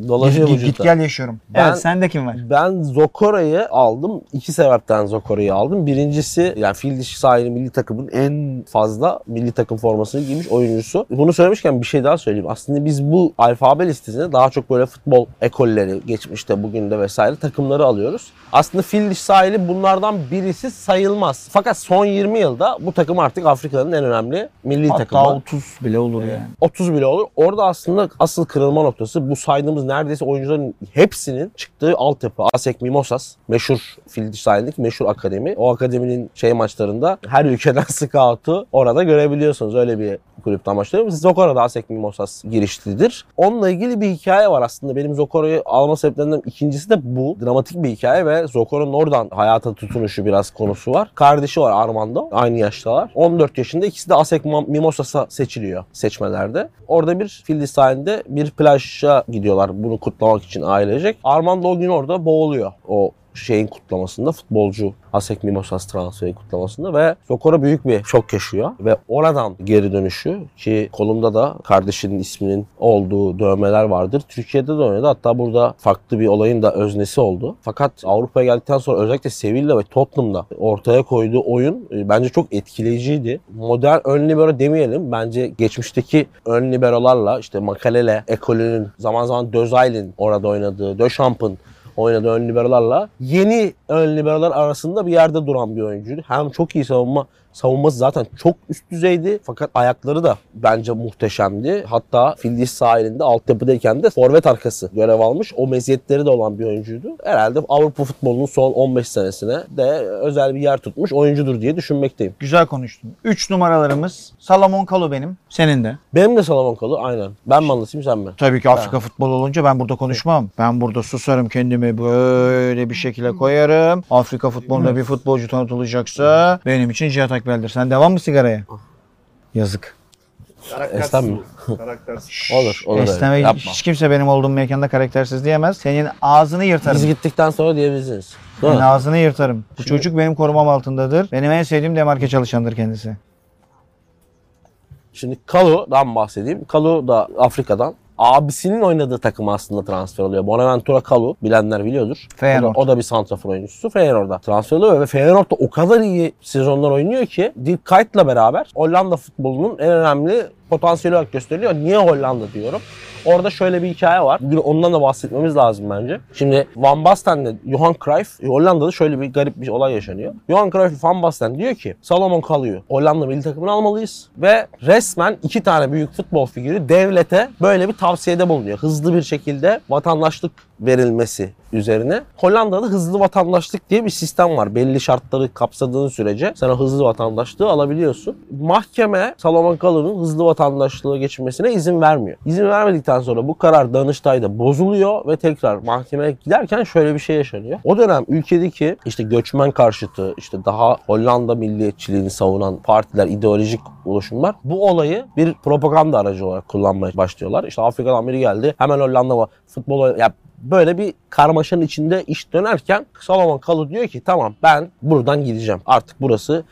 S2: Dolaşıyor
S1: git, git
S2: vücutta.
S1: gel yaşıyorum.
S2: Ben-
S1: evet sende kim var?
S2: Ben Zokora'yı aldım. İki sebepten Zokora'yı aldım. Birincisi yani fil dişi sahili milli takımın en fazla milli takım formasını giymiş oyuncusu. Bunu söylemişken bir şey daha söyleyeyim. Aslında biz bu alfabe listesine daha çok böyle futbol ekolleri geçmişte bugün de vesaire takımları alıyoruz. Aslında fil dişi sahili bunlardan birisi sayılmaz. Fakat son 20 yılda bu takım artık Afrika'nın en önemli milli takımı.
S1: Hatta 30 bile olur yani.
S2: 30 bile olur. Orada aslında asıl kırılma noktası bu saydığımız neredeyse oyuncuların hepsinin çıktığı altyapı. ASEC Mimosas meşhur Fildiş sahilindeki meşhur akademi. O akademinin şey maçlarında her ülkeden scout'u orada görebiliyorsunuz. Öyle bir kulüpten başlıyor. Zokora'da ASEC Mimosas girişlidir. Onunla ilgili bir hikaye var aslında. Benim Zokora'yı alma sebeplerinden ikincisi de bu. Dramatik bir hikaye ve Zokora'nın oradan hayata tutunuşu biraz konusu var. Kardeşi var Armando. Aynı yaştalar. 14 yaşında ikisi de ASEC Mim- Mimosas'a seçiliyor seçmelerde. Orada bir Fildiş sahilinde bir plaja gidiyorlar bunu kutlamak için ailecek. Armando o gün orada boğuluyor. O şeyin kutlamasında futbolcu Asek Mimosas transferi kutlamasında ve Sokora büyük bir şok yaşıyor ve oradan geri dönüşü ki kolumda da kardeşinin isminin olduğu dövmeler vardır. Türkiye'de de oynadı hatta burada farklı bir olayın da öznesi oldu. Fakat Avrupa'ya geldikten sonra özellikle Sevilla ve Tottenham'da ortaya koyduğu oyun e, bence çok etkileyiciydi. Modern ön libero demeyelim. Bence geçmişteki ön liberolarla işte Makalele, Ekolü'nün zaman zaman Dözail'in orada oynadığı, Döchamp'ın oynadı ön liberolarla. Yeni ön liberolar arasında bir yerde duran bir oyuncuydu. Hem çok iyi savunma savunması zaten çok üst düzeydi. Fakat ayakları da bence muhteşemdi. Hatta Fildis sahilinde altyapıdayken de forvet arkası görev almış. O meziyetleri de olan bir oyuncuydu. Herhalde Avrupa futbolunun son 15 senesine de özel bir yer tutmuş oyuncudur diye düşünmekteyim.
S1: Güzel konuştun. 3 numaralarımız Salomon Kalu benim. Senin de.
S2: Benim de Salomon Kalu aynen. Ben mi anlatayım sen mi?
S1: Tabii ki Afrika futbolu olunca ben burada konuşmam. Ben burada susarım kendimi böyle bir şekilde koyarım. Afrika futbolunda bir futbolcu tanıtılacaksa benim için Cihat Akbel'dir. Sen devam mı sigaraya? Yazık.
S2: Esnemiyor.
S3: Karaktersiz. bu, Karaktersiz.
S2: Olur, olur. öyle.
S1: Esneme,
S2: Yapma.
S1: hiç kimse benim olduğum mekanda karaktersiz diyemez. Senin ağzını yırtarım.
S2: Biz gittikten sonra diyebilirsiniz. Değil
S1: Senin
S2: mi?
S1: ağzını yırtarım. Bu çocuk benim korumam altındadır. Benim en sevdiğim demarke çalışandır kendisi.
S2: Şimdi Kalu'dan bahsedeyim. Kalu da Afrika'dan. Abisinin oynadığı takım aslında transfer oluyor. Bonaventura Kalu bilenler biliyordur.
S1: Feyenoord.
S2: O da, o da bir santrafor oyuncusu. Feyenoord'a transfer oluyor ve Feyenoord'da o kadar iyi sezonlar oynuyor ki Dirk Kuyt'la beraber Hollanda futbolunun en önemli potansiyeli olarak gösteriliyor. Niye Hollanda diyorum? Orada şöyle bir hikaye var. Bugün ondan da bahsetmemiz lazım bence. Şimdi Van Basten'le Johan Cruyff Hollanda'da şöyle bir garip bir olay yaşanıyor. Johan Cruyff Van Basten diyor ki Salomon kalıyor. Hollanda milli takımını almalıyız ve resmen iki tane büyük futbol figürü devlete böyle bir tavsiyede bulunuyor. Hızlı bir şekilde vatandaşlık verilmesi üzerine. Hollanda'da hızlı vatandaşlık diye bir sistem var. Belli şartları kapsadığın sürece sen o hızlı vatandaşlığı alabiliyorsun. Mahkeme Salomon Kalın'ın hızlı vatandaşlığa geçilmesine izin vermiyor. İzin vermedikten sonra bu karar Danıştay'da bozuluyor ve tekrar mahkemeye giderken şöyle bir şey yaşanıyor. O dönem ülkedeki işte göçmen karşıtı, işte daha Hollanda milliyetçiliğini savunan partiler, ideolojik oluşumlar bu olayı bir propaganda aracı olarak kullanmaya başlıyorlar. İşte Afrika'dan biri geldi. Hemen Hollanda va- futbol oyn- ya böyle bir karmaşanın içinde iş dönerken Salomon Kalu diyor ki tamam ben buradan gideceğim. Artık burası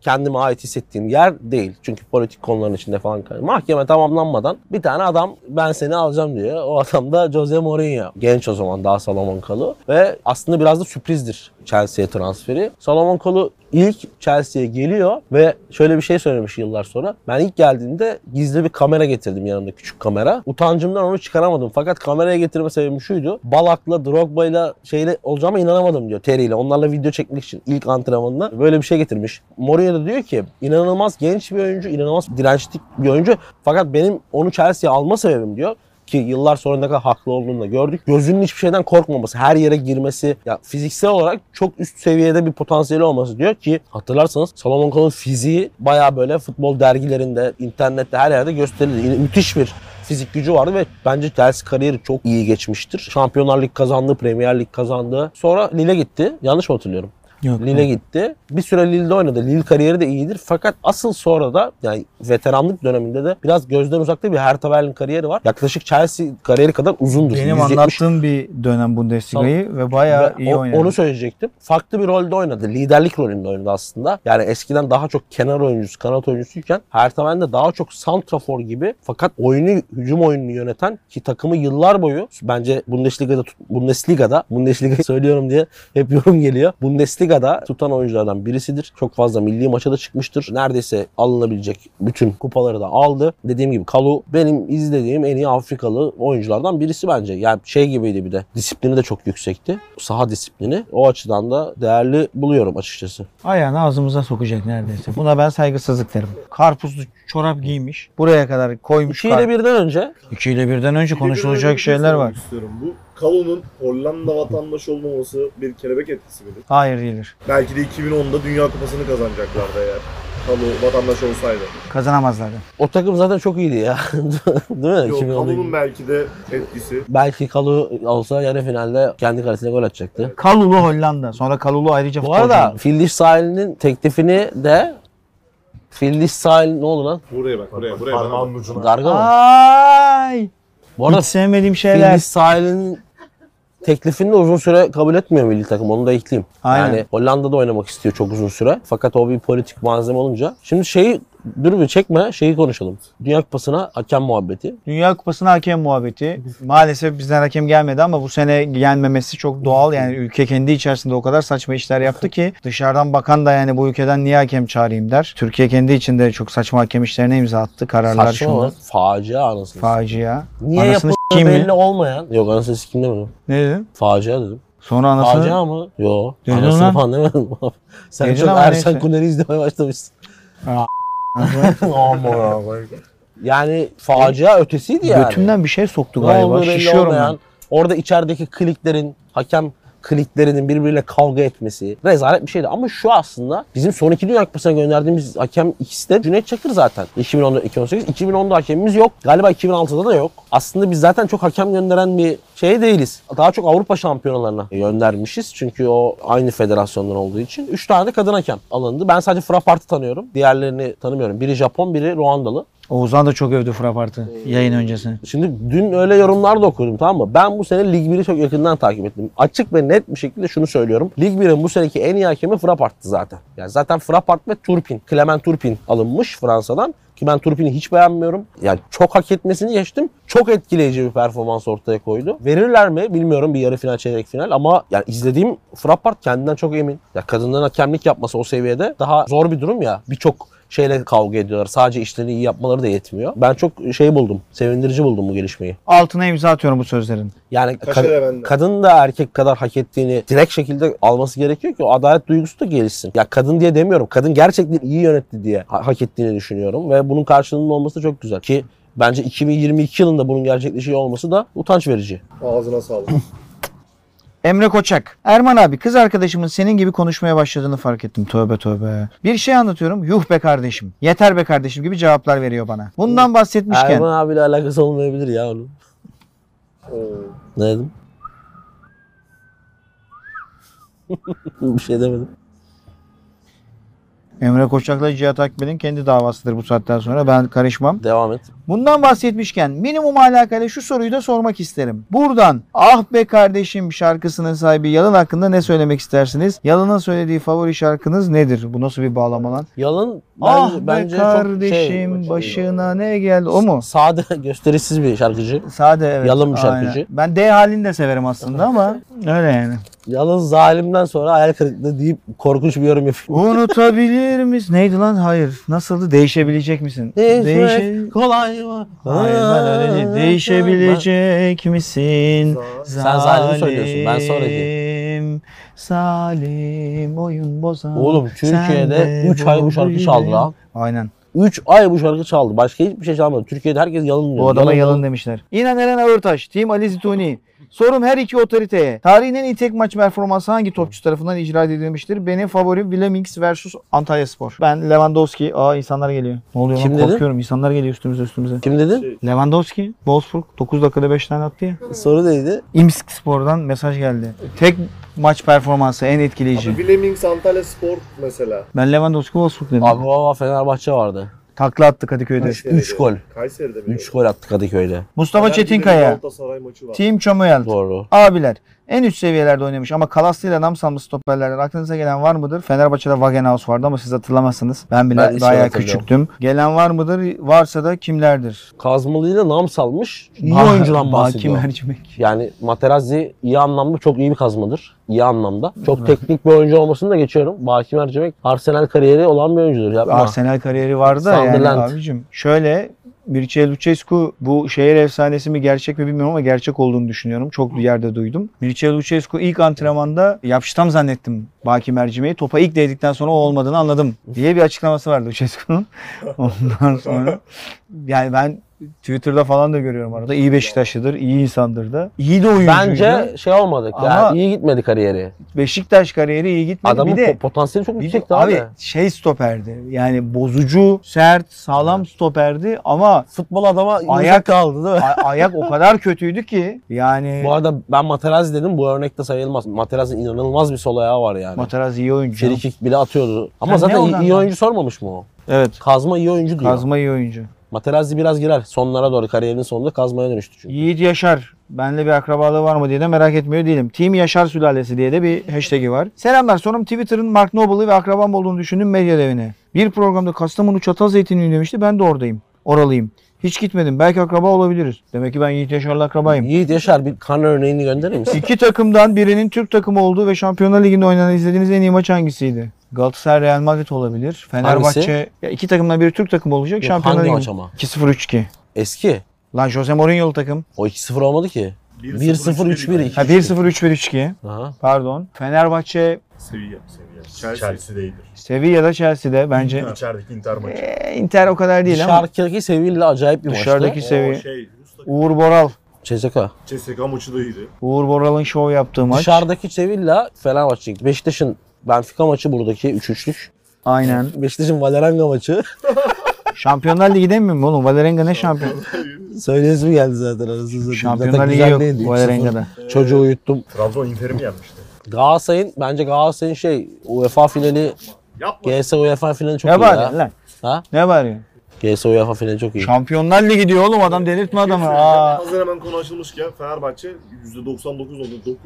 S2: kendime ait hissettiğim yer değil. Çünkü politik konuların içinde falan kay- Mahkeme tamamlanmadan bir tane adam ben seni alacağım diyor. O adam da Jose Mourinho. Genç o zaman daha Salomon Kalou. Ve aslında biraz da sürprizdir Chelsea'ye transferi. Salomon Kalou ilk Chelsea'ye geliyor ve şöyle bir şey söylemiş yıllar sonra. Ben ilk geldiğimde gizli bir kamera getirdim yanımda küçük kamera. Utancımdan onu çıkaramadım. Fakat kameraya getirme sebebim şuydu. Balak'la, Drogba'yla şeyle olacağıma inanamadım diyor Terry'yle. Onlarla video çekmek için ilk antrenmanına böyle bir şey getirmiş. Mourinho da diyor ki inanılmaz genç bir oyuncu, inanılmaz dirençli bir oyuncu. Fakat benim onu Chelsea'ye alma sebebim diyor ki yıllar sonra ne kadar haklı olduğunu da gördük. Gözünün hiçbir şeyden korkmaması, her yere girmesi, ya fiziksel olarak çok üst seviyede bir potansiyeli olması diyor ki hatırlarsanız Salomon Kalou fiziği bayağı böyle futbol dergilerinde, internette her yerde gösterildi. Yine Müthiş bir fizik gücü vardı ve bence Chelsea kariyeri çok iyi geçmiştir. Şampiyonlar Lig kazandı, Premier Lig kazandı. Sonra Lille gitti. Yanlış mı hatırlıyorum?
S1: Yok.
S2: Lille gitti. Bir süre Lille'de oynadı. Lille kariyeri de iyidir. Fakat asıl sonra da yani veteranlık döneminde de biraz gözden uzakta bir Hertha Berlin kariyeri var. Yaklaşık Chelsea kariyeri kadar uzundur.
S1: Benim
S2: 170
S1: anlattığım bir dönem Bundesliga'yı ve bayağı
S2: ve
S1: iyi
S2: o-
S1: oynadı.
S2: Onu söyleyecektim. Farklı bir rolde oynadı. Liderlik rolünde oynadı aslında. Yani eskiden daha çok kenar oyuncusu, kanat oyuncusuyken Hertha Berlin'de daha çok santrafor gibi fakat oyunu, hücum oyununu yöneten ki takımı yıllar boyu bence Bundesliga'da tut- Bundesliga'da Bundesliga söylüyorum diye hep yorum geliyor. Bundesliga'da tutan oyunculardan birisidir. Çok fazla milli maça da çıkmıştır. Neredeyse alınabilecek bütün kupaları da aldı. Dediğim gibi Kalu benim izlediğim en iyi Afrikalı oyunculardan birisi bence. Yani şey gibiydi bir de. Disiplini de çok yüksekti. Saha disiplini. O açıdan da değerli buluyorum açıkçası.
S1: Ayağını ağzımıza sokacak neredeyse. Buna ben saygısızlık derim. Karpuzlu çorap giymiş. Buraya kadar koymuş.
S2: 2 ile
S1: kar-
S2: 1'den önce
S1: İki ile birden önce
S3: Bir de bir
S1: konuşulacak
S3: örnek
S1: şeyler
S3: sormak
S1: var.
S3: Istiyorum. Bu Kalu'nun Hollanda vatandaşı olmaması bir kelebek etkisi midir?
S1: Hayır değildir.
S3: Belki de 2010'da Dünya Kupası'nı kazanacaklardı eğer Kalu vatandaş olsaydı.
S1: Kazanamazlardı.
S2: o takım zaten çok iyiydi ya. Değil mi?
S3: Yok
S2: 2010
S3: Kalu'nun belki de etkisi.
S2: Belki Kalu olsa yarı finalde kendi kalesine gol atacaktı.
S1: Kalulu Hollanda. Sonra Kalulu ayrıca
S2: Bu arada
S1: futbolcu.
S2: Fildiş sahilinin teklifini de Fildiş sahil ne oldu lan?
S4: Buraya bak buraya buraya.
S3: Parmağının ucuna.
S2: Garga mı?
S1: Ay!
S2: Bu arada
S1: Hiç sevmediğim şeyler.
S2: Fildiş sahilinin teklifini de uzun süre kabul etmiyor milli takım. Onu da ekleyeyim.
S1: Aynen.
S2: Yani Hollanda'da oynamak istiyor çok uzun süre. Fakat o bir politik malzeme olunca. Şimdi şeyi Dur bir çekme şeyi konuşalım. Dünya Kupası'na hakem muhabbeti.
S1: Dünya Kupası'na hakem muhabbeti. Maalesef bizden hakem gelmedi ama bu sene gelmemesi çok doğal. Yani ülke kendi içerisinde o kadar saçma işler yaptı ki dışarıdan bakan da yani bu ülkeden niye hakem çağırayım der. Türkiye kendi içinde çok saçma hakem işlerine imza attı. Kararlar
S2: Saçma olan
S1: şunlar.
S2: facia anasını.
S1: Facia.
S2: Niye
S1: Anasını
S2: yapıldığı
S1: s**eyim mi?
S2: belli olmayan. Yok anasını sikim demedim.
S1: Ne dedin?
S2: Facia dedim.
S1: Sonra anasını...
S2: Facia mı? Yo.
S1: Dedin
S2: anasını
S1: lan.
S2: falan demedim abi. Sen
S1: Dedin
S2: çok
S1: ama
S2: Ersen
S1: neyse.
S2: Kuner'i izlemeye başlamışsın.
S3: Aman abi.
S2: Yani facia ötesiydi yani.
S1: Götümden bir şey soktu
S2: Ne
S1: galiba.
S2: olduğu belli
S1: Şişiyorum
S2: olmayan,
S1: ben.
S2: Orada içerideki kliklerin, hakem kliklerinin birbiriyle kavga etmesi rezalet bir şeydi. Ama şu aslında bizim son iki Dünya Kupası'na gönderdiğimiz hakem ikisi de Cüneyt Çakır zaten. 2014, 2018. 2010'da hakemimiz yok. Galiba 2006'da da yok. Aslında biz zaten çok hakem gönderen bir şey değiliz. Daha çok Avrupa şampiyonalarına göndermişiz. Çünkü o aynı federasyondan olduğu için. Üç tane de kadın hakem alındı. Ben sadece Frapart'ı tanıyorum. Diğerlerini tanımıyorum. Biri Japon, biri Ruandalı.
S1: Oğuzhan da çok övdü Frapart'ı
S2: Ee,
S1: yayın öncesi.
S2: Şimdi dün öyle yorumlar da okudum tamam mı? Ben bu sene Lig 1'i çok yakından takip ettim. Açık ve net bir şekilde şunu söylüyorum. Lig 1'in bu seneki en iyi hakemi Frappart'tı zaten. Yani zaten Frappart ve Turpin. Clement Turpin alınmış Fransa'dan. Ki ben Turpin'i hiç beğenmiyorum. Yani çok hak etmesini geçtim. Çok etkileyici bir performans ortaya koydu. Verirler mi bilmiyorum bir yarı final çeyrek final ama yani izlediğim Frappart kendinden çok emin. Ya kadınların hakemlik yapması o seviyede daha zor bir durum ya. Birçok şeyle kavga ediyorlar. Sadece işlerini iyi yapmaları da yetmiyor. Ben çok şey buldum, sevindirici buldum bu gelişmeyi.
S1: Altına imza atıyorum bu sözlerin.
S2: Yani ka-
S3: Kaşar Efendi.
S2: kadın da erkek kadar hak ettiğini direkt şekilde alması gerekiyor ki o adalet duygusu da gelişsin. Ya kadın diye demiyorum. Kadın gerçekten iyi yönetti diye ha- hak ettiğini düşünüyorum ve bunun karşılığının olması da çok güzel ki bence 2022 yılında bunun gerçekleşiyor olması da utanç verici.
S3: Ağzına sağlık.
S1: Emre Koçak. Erman abi kız arkadaşımın senin gibi konuşmaya başladığını fark ettim. Tövbe tövbe. Bir şey anlatıyorum. Yuh be kardeşim. Yeter be kardeşim gibi cevaplar veriyor bana. Bundan bahsetmişken.
S2: Erman abiyle alakası olmayabilir ya onun.
S3: Oo.
S2: Ne dedim? Bir şey demedim.
S1: Emre Koçak'la Cihat Akbil'in kendi davasıdır bu saatten sonra. Ben karışmam.
S2: Devam et.
S1: Bundan bahsetmişken minimum alakalı şu soruyu da sormak isterim. Buradan Ah Be Kardeşim şarkısının sahibi Yalın hakkında ne söylemek istersiniz? Yalın'ın söylediği favori şarkınız nedir? Bu nasıl bir bağlama lan?
S2: Yalın
S1: ah
S2: bence,
S1: be
S2: bence
S1: kardeşim
S2: çok şey,
S1: başına ne geldi? O mu?
S2: sade gösterişsiz bir şarkıcı.
S1: Sade evet.
S2: Yalın bir
S1: Aynen.
S2: şarkıcı.
S1: Ben D halini de severim aslında ama öyle yani.
S2: Yalın zalimden sonra hayal kırıklığı deyip korkunç bir yorum yapıyor.
S1: Unutabilir misin? Neydi lan? Hayır. Nasıldı? Değişebilecek misin? Değişe-
S2: Değişmek kolay mı?
S1: Hayır ben öyle değil. Değişebilecek misin?
S2: Sen zalim söylüyorsun, ben
S1: Salim, Salim oyun bozan.
S2: Ben- Oğlum Türkiye'de
S1: sen de
S2: 3 ay bu şarkı
S1: boğulayım.
S2: çaldı lan.
S1: Aynen.
S2: 3 ay bu şarkı çaldı. Başka hiçbir şey çalmadı. Türkiye'de herkes yalın diyor.
S1: Bu adama yalın demişler. İnan Eren Ağırtaş, Team Ali Zituni. Sorum her iki otoriteye. Tarihin en iyi tek maç performansı hangi topçu tarafından icra edilmiştir? Benim favorim Vilemix vs Antalya Spor. Ben Lewandowski. Aa insanlar geliyor. Ne oluyor
S2: Kim
S1: lan?
S2: dedi?
S1: Korkuyorum. İnsanlar geliyor üstümüze üstümüze.
S2: Kim dedin?
S1: Lewandowski, Wolfsburg 9 dakikada 5 tane attı ya.
S2: Soru neydi?
S1: İmsk Spor'dan mesaj geldi. Tek maç performansı en etkileyici.
S3: Abi Willemings Antalya Spor mesela.
S1: Ben Lewandowski Wolfsburg dedim.
S2: Abi baba Fenerbahçe vardı.
S1: Takla attı Kadıköy'de.
S3: Kayseri'de.
S2: üç gol.
S3: Kayseri'de mi?
S2: 3 gol attı Kadıköy'de.
S1: Mustafa
S3: Fener Gide'nin
S1: Çetinkaya.
S3: Galatasaray maçı var.
S1: Team Chomuel.
S2: Doğru.
S1: Abiler en üst seviyelerde oynamış ama Kalaslı ile Namsanlı stoperlerden aklınıza gelen var mıdır? Fenerbahçe'de Wagenhaus vardı ama siz hatırlamazsınız. Ben bile
S2: Ben ismini
S1: daha
S2: hatırlıyorum.
S1: küçüktüm. Gelen var mıdır? Varsa da kimlerdir?
S2: Kazmalı ile nam salmış. İyi
S1: Bah-
S2: oyuncudan bahsediyor.
S1: Hakim Ercimek.
S2: Yani Materazzi iyi anlamda çok iyi bir kazmadır. İyi anlamda. Çok teknik bir oyuncu olmasını da geçiyorum. Baki Mercimek Arsenal kariyeri olan bir oyuncudur. Yapma.
S1: Arsenal kariyeri vardı da yani
S2: Sunderland.
S1: abicim. Şöyle Mircea Lucescu bu şehir efsanesi mi gerçek mi bilmiyorum ama gerçek olduğunu düşünüyorum. Çok bir yerde duydum. Mircea Lucescu ilk antrenmanda yapıştam zannettim Baki Mercimeği. Topa ilk değdikten sonra o olmadığını anladım diye bir açıklaması vardı Lucescu'nun. Ondan sonra yani ben Twitter'da falan da görüyorum arada. İyi Beşiktaşlıdır, iyi insandır da. İyi de oyuncuydu.
S2: Bence şey olmadık ya.
S1: Ama-
S2: iyi gitmedi kariyeri.
S1: Beşiktaş kariyeri iyi gitmedi.
S2: Adamın
S1: bir de
S2: po- potansiyeli çok
S1: Bir de
S2: yüksekti abi.
S1: abi şey stoperdi. Yani bozucu, sert, sağlam stoperdi ama
S2: Futbol adama
S1: Ayak-
S2: ayak kaldı değil mi?
S1: a- ayak o kadar kötüydü ki yani
S2: Bu arada ben Materazzi dedim. Bu örnekte sayılmaz. Materazzi'nin inanılmaz bir sol ayağı var yani.
S1: Materazzi iyi oyuncu.
S2: Free kick bile atıyordu. Ama
S1: Ya ne
S2: zaten iyi,
S1: oradan
S2: iyi
S1: lan?
S2: oyuncu sormamış mı o?
S1: Evet.
S2: Kazma iyi oyuncu diyor.
S1: Kazma iyi oyuncu.
S2: Materazzi biraz girer. Sonlara doğru kariyerinin sonunda kazmaya dönüştü çünkü.
S1: Yiğit Yaşar. Benle bir akrabalığı var mı diye de merak etmiyor değilim. Team Yaşar Sülalesi diye de bir hashtag'i var. Selamlar. Sorum Twitter'ın Mark Noble'ı ve akrabam olduğunu düşündüğüm medya devine. Bir programda Kastamonu Çatal Zeytinliği demişti. Ben de oradayım. Oralıyım. Hiç gitmedim. Belki akraba olabiliriz. Demek ki ben Yiğit Yaşar'la akrabayım.
S2: Yiğit Yaşar bir kan örneğini gönderir misin?
S1: İki takımdan birinin Türk takımı olduğu ve Şampiyonlar Ligi'nde oynanan izlediğiniz en iyi maç hangisiydi? Galatasaray Real Madrid olabilir. Fenerbahçe. Ya iki takımdan biri Türk takımı olacak.
S2: Yok,
S1: Şampiyonlar
S2: hangi
S1: Ligi.
S2: maç ama?
S1: 2-0-3-2.
S2: Eski.
S1: Lan Jose Mourinho'lu takım.
S2: O 2-0 olmadı ki. 1-0-3-1-2.
S1: Ha 1-0-3-1-3-2.
S2: Aha.
S1: Pardon. Fenerbahçe
S3: Seviye. Seviye. Chelsea. Chelsea değildir.
S1: Sevilla'da Chelsea'de bence.
S3: İçerideki Inter maçı.
S1: Ee, Inter o kadar değil ama.
S2: Dışarıdaki Sevilla acayip bir maçtı.
S1: Dışarıdaki
S3: O
S1: seviye.
S3: şey Rus takımı.
S1: Uğur Boral.
S2: CSKA.
S3: CSKA maçı da iyiydi.
S1: Uğur Boral'ın şov yaptığı maç.
S2: Dışarıdaki Sevilla Fenerbahçe. gitti. Beşiktaş'ın Benfica maçı buradaki 3-3'lük.
S1: Aynen.
S2: Beşiktaş'ın Valeranga maçı.
S1: Şampiyonlar Ligi demiyor mu oğlum? Valerenga ne şampiyon?
S2: Söyleyesi mi geldi zaten arasını satayım.
S1: Şampiyonlar
S2: Zaten
S1: Ligi
S2: güzel
S1: yok
S2: neydi? 3-0.
S1: Valerenga'da.
S2: Çocuğu uyuttum.
S3: Trabzon Inter'i mi yenmişti?
S2: Galatasaray'ın bence Galatasaray'ın şey UEFA finali
S3: Yapma.
S2: GS UEFA E finali çok
S1: Ne
S2: iyi
S1: bağırıyorsun
S2: ya.
S1: lan?
S2: Ha?
S1: Ne bağırıyorsun?
S2: GS UEFA E finali çok iyi.
S1: Şampiyonlar Ligi diyor oğlum adam delirtme adamı. Aa.
S3: Hazır hemen konu açılmışken Fenerbahçe %99 oldu. 9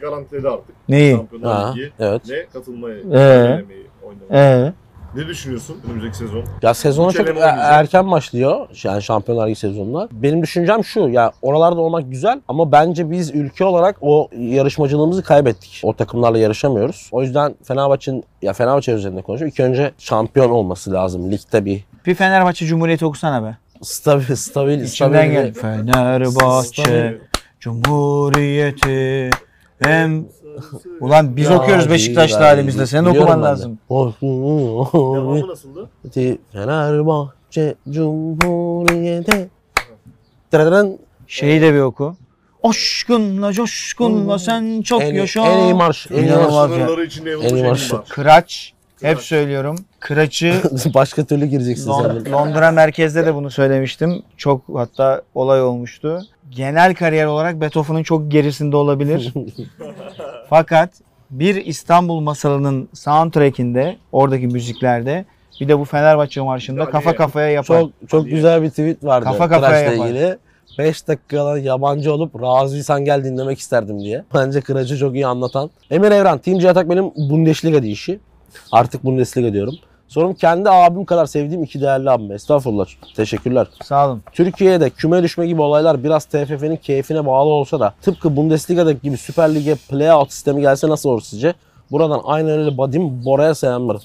S3: garantiledi artık.
S1: Neyi?
S2: Ha,
S3: Şampiyonlar Ligi
S2: evet.
S3: ve katılmayı
S1: Ee?
S3: elemeyi oynadı.
S1: Ee,
S3: Ne düşünüyorsun önümüzdeki sezon?
S2: Ya sezona
S3: Üç
S2: çok
S3: eleme
S2: er-
S3: oynayacak.
S2: erken başlıyor. Yani Şampiyonlar Ligi sezonuna. Benim düşüncem şu. Ya oralarda olmak güzel ama bence biz ülke olarak o yarışmacılığımızı kaybettik. O takımlarla yarışamıyoruz. O yüzden Fenerbahçe'nin ya Fenerbahçe üzerinde konuşuyorum. İlk önce şampiyon olması lazım ligde bir
S1: bir Fenerbahçe Cumhuriyeti okusana be.
S2: stabil stabil
S1: İçimden
S2: stabil
S1: gel.
S2: bir-
S1: Fenerbahçe Cumhuriyeti hem Ulan biz
S2: Ya
S1: okuyoruz
S2: değil,
S1: Beşiktaşlı
S2: ben
S1: halimizde. Senin
S2: biliyorum
S1: okuman
S2: ben de.
S1: lazım.
S3: Devamı nasıldı?
S2: Fenerbahçe Cumhuriyeti. Tırırın.
S1: Şeyi de bir oku. Aşkınla coşkunla sen çok
S2: En,
S1: yaşa.
S2: en iyi marş. En iyi
S1: İnanılmaz.
S2: marş.
S1: ya.
S3: Sınırları içinde
S2: En iyi
S3: yapılmış en iyi
S2: maç.
S3: maç.
S1: Kıraç. Hep söylüyorum. Kıraç'ı
S2: Başka türlü gireceksin sen.
S1: Lon- Londra merkezde de bunu söylemiştim. Çok hatta olay olmuştu. Genel kariyer olarak Beethoven'ın çok gerisinde olabilir. Fakat bir İstanbul masalının soundtrack'inde, oradaki müziklerde bir de bu Fenerbahçe marşında
S3: Yani
S1: kafa kafaya yapar.
S2: Çok çok güzel bir tweet vardı.
S1: Kafa kafaya
S2: Kıraç'la
S1: yapar.
S2: ilgili. 5 dakikadan yabancı olup razıysan gel dinlemek isterdim diye. Bence Kıraç'ı çok iyi anlatan. Emir Evren, Team Cihatak benim Bundesliga deyişi. Artık Bundesliga diyorum. Sorum kendi abim kadar sevdiğim iki değerli abim. Estağfurullah. Teşekkürler.
S1: Sağ olun.
S2: Türkiye'de küme düşme gibi olaylar biraz TFF'nin keyfine bağlı olsa da tıpkı Bundesliga'daki gibi Süper Lig'e playout sistemi gelse nasıl olur sizce? Buradan aynen öyle Badim Bora'ya selamlar.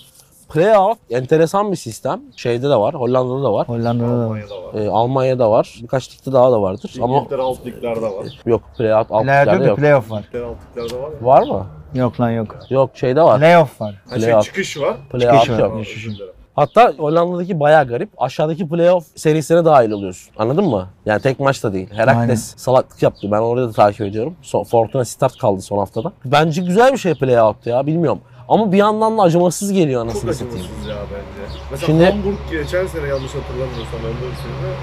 S2: Playout enteresan bir sistem. Şeyde de var, Hollanda'da da var.
S1: Hollanda'da da var.
S3: Almanya'da var.
S2: Ee, Almanya'da var. Birkaç ligde daha da vardır. Ama
S3: İngiltere alt liglerde var.
S2: yok playout alt
S1: Playoff'da
S2: liglerde
S1: da
S2: yok.
S1: playoff var.
S3: İngiltere alt liglerde var ya.
S2: Var mı?
S1: Yok lan yok.
S2: Yok şeyde var.
S1: Playoff var.
S3: Her şey
S2: Playoff.
S3: çıkış var.
S2: Playout
S1: var.
S2: yok.
S3: Aa,
S1: Çıkış.
S3: özür dilerim.
S2: Hatta Hollanda'daki bayağı garip. Aşağıdaki playoff serisine dahil oluyorsun. Anladın mı? Yani tek maçta değil.
S1: Aynen.
S2: Herakles salaklık yaptı. Ben orada da takip ediyorum. Son, Fortuna start kaldı son haftada. Bence güzel bir şey playout ya. Bilmiyorum. Ama bir yandan da acımasız geliyor
S3: Çok
S2: anasını satayım.
S3: acımasız ya bence. Mesela
S2: Şimdi-
S3: Hamburg geçen sene yanlış hatırlamıyorsam öndür sene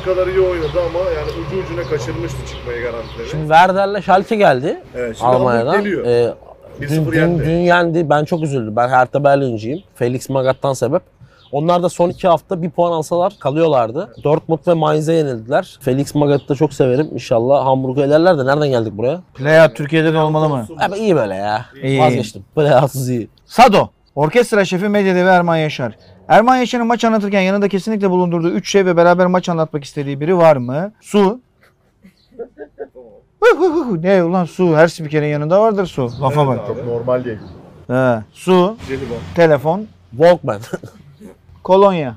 S3: o kadar iyi oynadı ama yani ucu ucuna kaçırmıştı çıkmayı garantileri.
S2: Şimdi Werder'le Schalke geldi.
S3: evet, şimdi Hamburg
S2: Almanya'dan.
S3: geliyor.
S2: Ee, dün,
S3: 1-0
S2: dün,
S3: yendi.
S2: dün yendi. Ben çok üzüldüm. Ben Hertha Berlin'ciyim. Felix Magat'tan sebep. Onlar da son iki hafta bir puan alsalar kalıyorlardı. Dortmund ve Mainz'e yenildiler. Felix Magat'ı da çok severim. İnşallah Hamburg'u elerler de nereden geldik buraya?
S1: Playoff Türkiye'de de olmalı mı?
S2: Abi iyi böyle ya.
S1: İyi.
S2: Vazgeçtim. Playoffsuz iyi.
S1: Sado. Orkestra şefi medyadevi Erman Yaşar. Erman Yaşar'ın maç anlatırken yanında kesinlikle bulundurduğu 3 şey ve beraber maç anlatmak istediği biri var mı? Su. Hu hu hu hu. ne ulan su? Her spikerin yanında vardır su. Lafa
S3: Evet
S1: bak.
S3: abi, Çok normal değil.
S1: He. Su,
S3: Jelibon.
S1: telefon,
S2: Walkman.
S1: kolonya.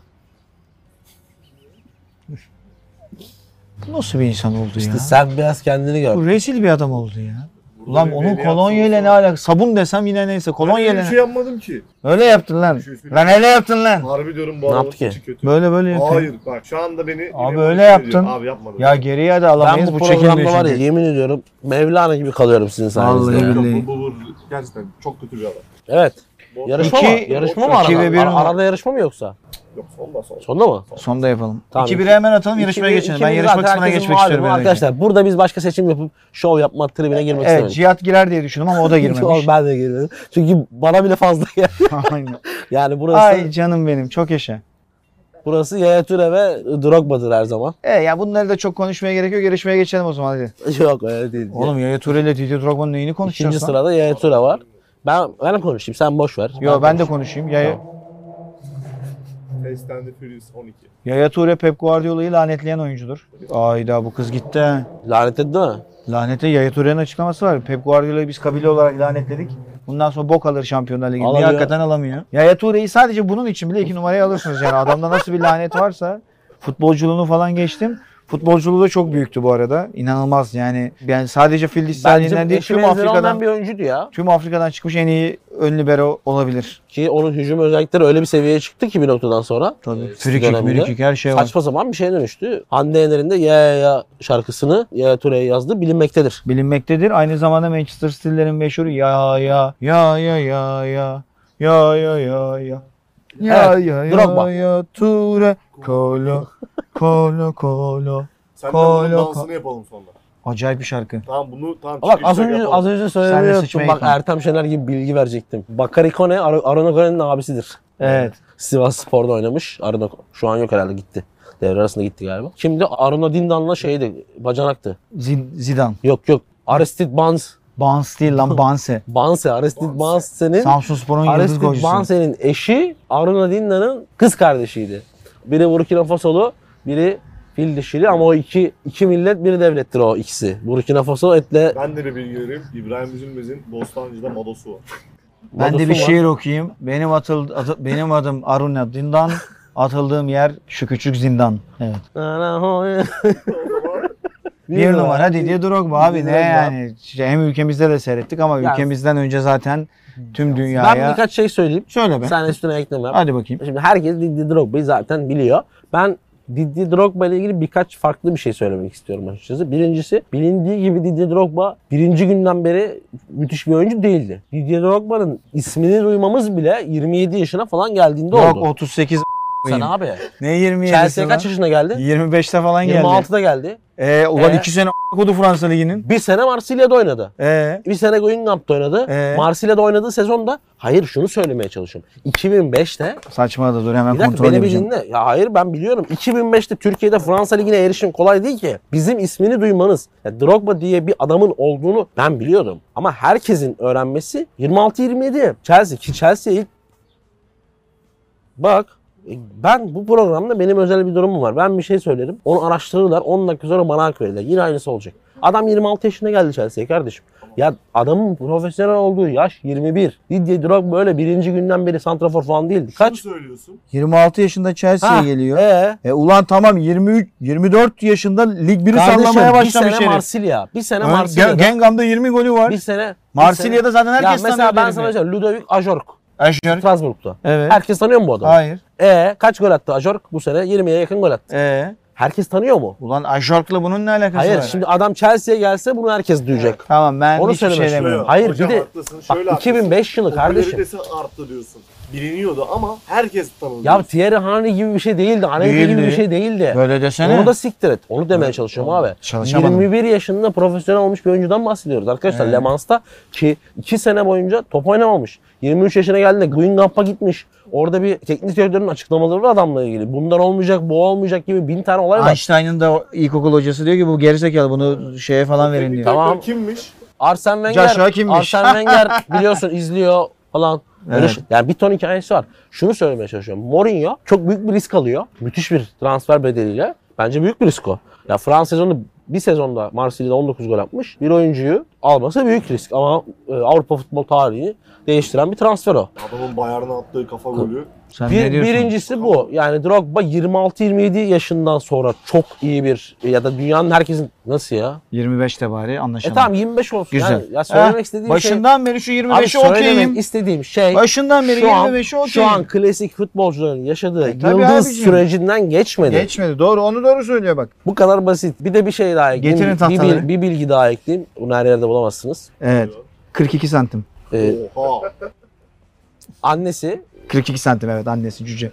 S1: Nasıl bir insan oldu ya?
S2: işte sen biraz kendini gör.
S1: Bu rezil bir adam oldu ya. Ulan
S3: bir
S1: onun
S3: veli
S1: kolonya ile
S3: yapsın.
S1: ne alakası? Sabun desem yine neyse. Kolonya
S3: Ben
S1: ile
S3: hiçbir şey yapmadım ki.
S1: Öyle yaptın lan.
S3: Şu üstü-
S1: Lan öyle yaptın lan.
S3: Harbi diyorum bu
S2: Ne
S3: adamın
S2: yaptı ki?
S3: içi kötü.
S1: Böyle böyle yapıyor.
S3: Hayır bak şu anda beni...
S1: Abi
S3: yine
S1: öyle
S3: manipüle
S1: yaptın.
S3: ediyor. Abi yapmadım.
S1: Ya geriye de
S2: Ben
S1: alamayız.
S2: bu,
S1: Bu,
S2: programda
S1: çekilmiyor
S2: var ya
S1: çünkü.
S2: yemin ediyorum Mevlana gibi kalıyorum sizin sayenizde.
S1: Vallahi
S2: ya.
S1: billahi.
S3: Yok, bu, bu, bu gerçekten çok kötü bir adam.
S2: Evet.
S3: Bu-
S2: Yarışma
S1: İki-
S2: mı? Yarışma mı
S1: iki
S2: arada?
S1: ve bir
S2: Ar-
S1: mi?
S2: arada yarışma mı yoksa?
S3: Yok sonda son.
S2: Sonda mı?
S1: Sonda yapalım.
S2: Tamam,
S1: 2-1'e
S2: iki-
S1: hemen atalım yarışmaya
S2: İki-
S1: geçelim. Ben
S2: ikimiz
S1: yarışma
S2: zaten
S1: kısmına
S2: herkesin
S1: geçmek
S2: malumu
S1: istiyorum. ben önce.
S2: Arkadaşlar burada biz başka seçim yapıp şov yapma tribine girmek
S1: Evet
S2: istemedik.
S1: Cihat girer diye düşündüm ama o da girmemiş.
S2: ben de girmedim. Çünkü bana bile fazla geldi.
S1: Aynen.
S2: Yani burası
S1: Ay canım benim çok yaşa.
S2: Burası Yaya Türe ve Drogba'dır her zaman.
S1: E ya bunları da çok konuşmaya gerek yok. Yarışmaya geçelim o zaman hadi.
S2: Yok öyle değil.
S1: Oğlum Yaya Ture ile Didier Drogba'nın neyini konuşacağız
S2: İkinci
S1: lan?
S2: sırada Yaya Türe var. Ben ben konuşayım sen boş ver.
S1: Yo ben de konuşayım. Yaya,
S3: Fast and the Furious 12.
S1: Yaya Ture Pep Guardiola'yı lanetleyen oyuncudur. Ayda bu kız gitti. ha.
S2: Lanet etti mi?
S1: Lanete Yaya Ture'nin açıklaması var. Pep Guardiola'yı biz kabile olarak lanetledik. Bundan sonra bok alır Şampiyonlar Ligi'nde. Niye
S2: Alamıyor.
S1: hakikaten alamıyor? Yaya Ture'yi sadece bunun için bile iki numaraya alırsınız yani. Adamda nasıl bir lanet varsa futbolculuğunu falan geçtim. Futbolculuğu da çok büyüktü bu arada. İnanılmaz yani. Yani sadece Filistin'den
S2: Bence
S1: değil
S2: eşi
S1: tüm
S2: benzeri olmayan
S1: Afrika'dan
S2: bir oyuncuydu ya.
S1: tüm Afrika'dan çıkmış en iyi ön libero olabilir.
S2: Ki onun hücum özellikleri öyle bir seviyeye çıktı ki bir noktadan sonra.
S1: Tabii.
S2: free kick, döneminde. free kick,
S1: her şey var.
S2: Saçma zaman bir şeye dönüştü. Hande Yener'in de Ya Ya Ya şarkısını Ya Ya Ture'ye yazdığı bilinmektedir.
S1: bilinmektedir. Aynı zamanda Manchester City'lerin meşhur ya ya ya ya ya ya ya ya ya ya ya
S2: Evet,
S1: ya ya
S2: Drogba.
S1: ya Ture Kolo Kolo Kolo
S3: Sen de
S1: Kol
S3: bunun
S1: yok.
S3: dansını yapalım sonra.
S1: Acayip bir şarkı.
S3: Tamam bunu tam
S2: Bak az önce
S3: yapalım.
S2: az önce
S1: Sen de
S2: söylemiyordum.
S1: sıçmayı
S2: Bak
S1: yıkan.
S2: Ertem Şener gibi bilgi verecektim. Bakari Kone Ar- Aruna Kone'nin abisidir.
S1: Evet.
S2: Sivas Spor'da oynamış. Aruna şu an yok herhalde gitti. Devre arasında gitti galiba. Şimdi Aruna Dindan'la şeydi, bacanaktı.
S1: Zid- Zidane.
S2: Yok yok. Aristid Bans.
S1: Bans değil lan Banse.
S2: Banse. Aristid Banse'nin
S1: Samsun Spor'un yıldız
S2: Aristid
S1: golcüsü.
S2: Banse'nin eşi Aruna Dinda'nın kız kardeşiydi. Biri Burkina Fasolu, biri fil dişili ama o iki, iki millet bir devlettir o ikisi. Burkina Faso etle
S3: Ben de bir bilgi vereyim. İbrahim Üzülmez'in Bostancı'da madosu var.
S1: Ben de
S2: Madosu
S1: bir şey-
S2: var.
S1: şiir okuyayım. Benim atıl atı- benim adım Aruna Dindan. Atıldığım yer şu küçük zindan. Evet. Bir numara Didier Drogba abi ne
S2: Drogba.
S1: yani Şey, hem ülkemizde de seyrettik ama
S2: Yani-
S1: ülkemizden önce zaten tüm dünyaya
S2: Ben birkaç şey söyleyeyim.
S1: Söyle be.
S2: Sen üstüne ekleme.
S1: Hadi bakayım.
S2: Şimdi herkes Didi Drogba'yı zaten biliyor. Ben Didi Drogba ile ilgili birkaç farklı bir şey söylemek istiyorum açıkçası. Birincisi bilindiği gibi Didi Drogba birinci günden beri müthiş bir oyuncu değildi. Didi Drogba'nın ismini duymamız bile 27 yaşına falan geldiğinde
S1: Yok
S2: oldu.
S1: 38
S2: Sen
S1: a**ayım.
S2: abi.
S1: Ne 27
S2: Chelsea'ye kaç yaşına geldi?
S1: 25'te falan geldi.
S2: 26'da geldi.
S1: Ee, ulan
S2: Ee?
S1: 2 sene a**a kodu Fransa Ligi'nin.
S2: Bir sene Marsilya'da oynadı.
S1: Ee,
S2: Bir sene Guingamp'ta oynadı.
S1: Ee?
S2: Marsilya'da oynadığı sezonda hayır şunu söylemeye çalışıyorum. 2005'te
S1: saçmaladı dur hemen
S2: Bir dakika
S1: kontrol
S2: beni bir
S1: edeceğim.
S2: dinle. Ya hayır ben biliyorum. 2005'te Türkiye'de Fransa Ligi'ne erişim kolay değil ki. Bizim ismini duymanız. ya Drogba diye bir adamın olduğunu ben biliyordum. Ama herkesin öğrenmesi 26-27. Chelsea ki Chelsea ilk... Bak e, ben bu programda benim özel bir durumum var. Ben bir şey söylerim. Onu araştırırlar. 10 dakika sonra bana hak verirler. Yine aynısı olacak. Adam 26 yaşında geldi Chelsea'ye kardeşim. Ya adamın profesyonel olduğu yaş 21. Didier Drogba böyle birinci günden beri santrafor falan değildi.
S3: Kaç?
S2: Kaç?
S3: söylüyorsun?
S1: 26 yaşında Chelsea'ye
S2: Ha,
S1: şey geliyor.
S2: Ee,
S1: E ulan tamam 23 24 yaşında Lig 1'i
S2: Kardeşim,
S1: sallamaya
S2: Bir
S1: başlamış
S2: sene
S1: herif.
S2: Marsilya. Bir sene
S1: Ön-
S2: Marsilya'da.
S1: Gen- Gengam'da 20 golü var.
S2: bir sene. bir
S1: Marsilya'da zaten
S2: sene- Ya
S1: herkes
S2: mesela ben sana
S1: tanıyor.
S2: söyleyeceğim. Ludovic Ajork.
S1: Aşır.
S2: Strasbourg'da.
S1: Evet.
S2: Herkes tanıyor mu bu adamı?
S1: Hayır.
S2: Ee, kaç gol attı Ajork? Bu sene 20'ye yakın gol attı.
S1: Ee,
S2: Herkes tanıyor mu?
S1: ulan Ajork'la bunun ne alakası
S2: Hayır.
S1: var?
S2: Şimdi adam Chelsea'ye gelse bunu herkes duyacak.
S1: Tamam ben
S2: Onu
S1: hiçbir şey
S2: söylemek
S1: demiyorum.
S2: istiyorum. Hayır,
S3: Hocam
S2: bir de-
S3: haklısın,
S2: Bak,
S3: şöyle haklısın.
S2: 2005 yılı kardeşim.
S3: Popülaritesi arttı diyorsun. Biliniyordu ama herkes tanıdı.
S2: Ya Thierry Henry gibi bir şey değildi. Henry gibi
S1: Değildi.
S2: bir şey değildi.
S1: Böyle desene.
S2: Onu da siktir et. Onu demeye çalışıyorum abi.
S1: Çalışamadım.
S2: 21 yaşında profesyonel olmuş bir oyuncudan bahsediyoruz arkadaşlar.
S1: Evet.
S2: Le Mans'ta ki 2 sene boyunca top oynamamış. 23 yaşına geldiğinde Guingamp'a gitmiş. Orada bir teknik direktörün açıklamaları var adamla ilgili. Bundan olmayacak, bu olmayacak gibi bin tane olay var.
S1: Einstein'ın da ilkokul hocası diyor ki bu gerizekalı bunu şeye falan verin diyor.
S2: Tamam.
S3: Tamam. Kimmiş?
S2: Arsene Wenger,
S1: Joshua kimmiş?
S2: Arsene Wenger biliyorsun izliyor falan. Öyle
S1: Evet.
S2: şey- yani bir ton hikayesi var. Şunu söylemeye çalışıyorum. Mourinho çok büyük bir risk alıyor. Müthiş bir transfer bedeliyle. Bence büyük bir risk o. Ya Fransa sezonu bir sezonda Marsilya'da 19 gol atmış. Bir oyuncuyu alması büyük risk ama e, Avrupa futbol tarihini değiştiren bir transfer o.
S3: Adamın bayarına attığı kafa golü.
S1: Sen
S2: Bir-
S1: ne diyorsun?
S2: birincisi bu. Yani Drogba 26-27 yaşından sonra çok iyi bir ya da dünyanın herkesin nasıl ya?
S1: 25'te bari
S2: E
S1: anlaşalım.
S2: tamam 25 olsun.
S1: Güzel.
S2: Yani, ya söylemek
S1: Heh,
S2: istediğim şey
S1: Başından beri şu
S2: Abi
S1: 25'i
S2: söylemek
S1: okeyim.
S2: istediğim şey
S1: Başından beri
S2: şu an,
S1: 25'i okeyim.
S2: şu an klasik futbolcuların yaşadığı
S1: E, tabii
S2: yıldız
S1: abicim.
S2: sürecinden geçmedi.
S1: Geçmedi. Doğru. Onu doğru söylüyor bak.
S2: Bu kadar basit. Bir de bir şey daha ekleyeyim.
S1: Getirin
S2: Bir- bir,
S1: tahtaları.
S2: bir, bilgi daha ekleyeyim. Bunu her yerde bulamazsınız.
S1: Evet. 42 santim.
S2: Ee,
S3: Oha.
S2: annesi
S1: 42 santim evet annesi cüce.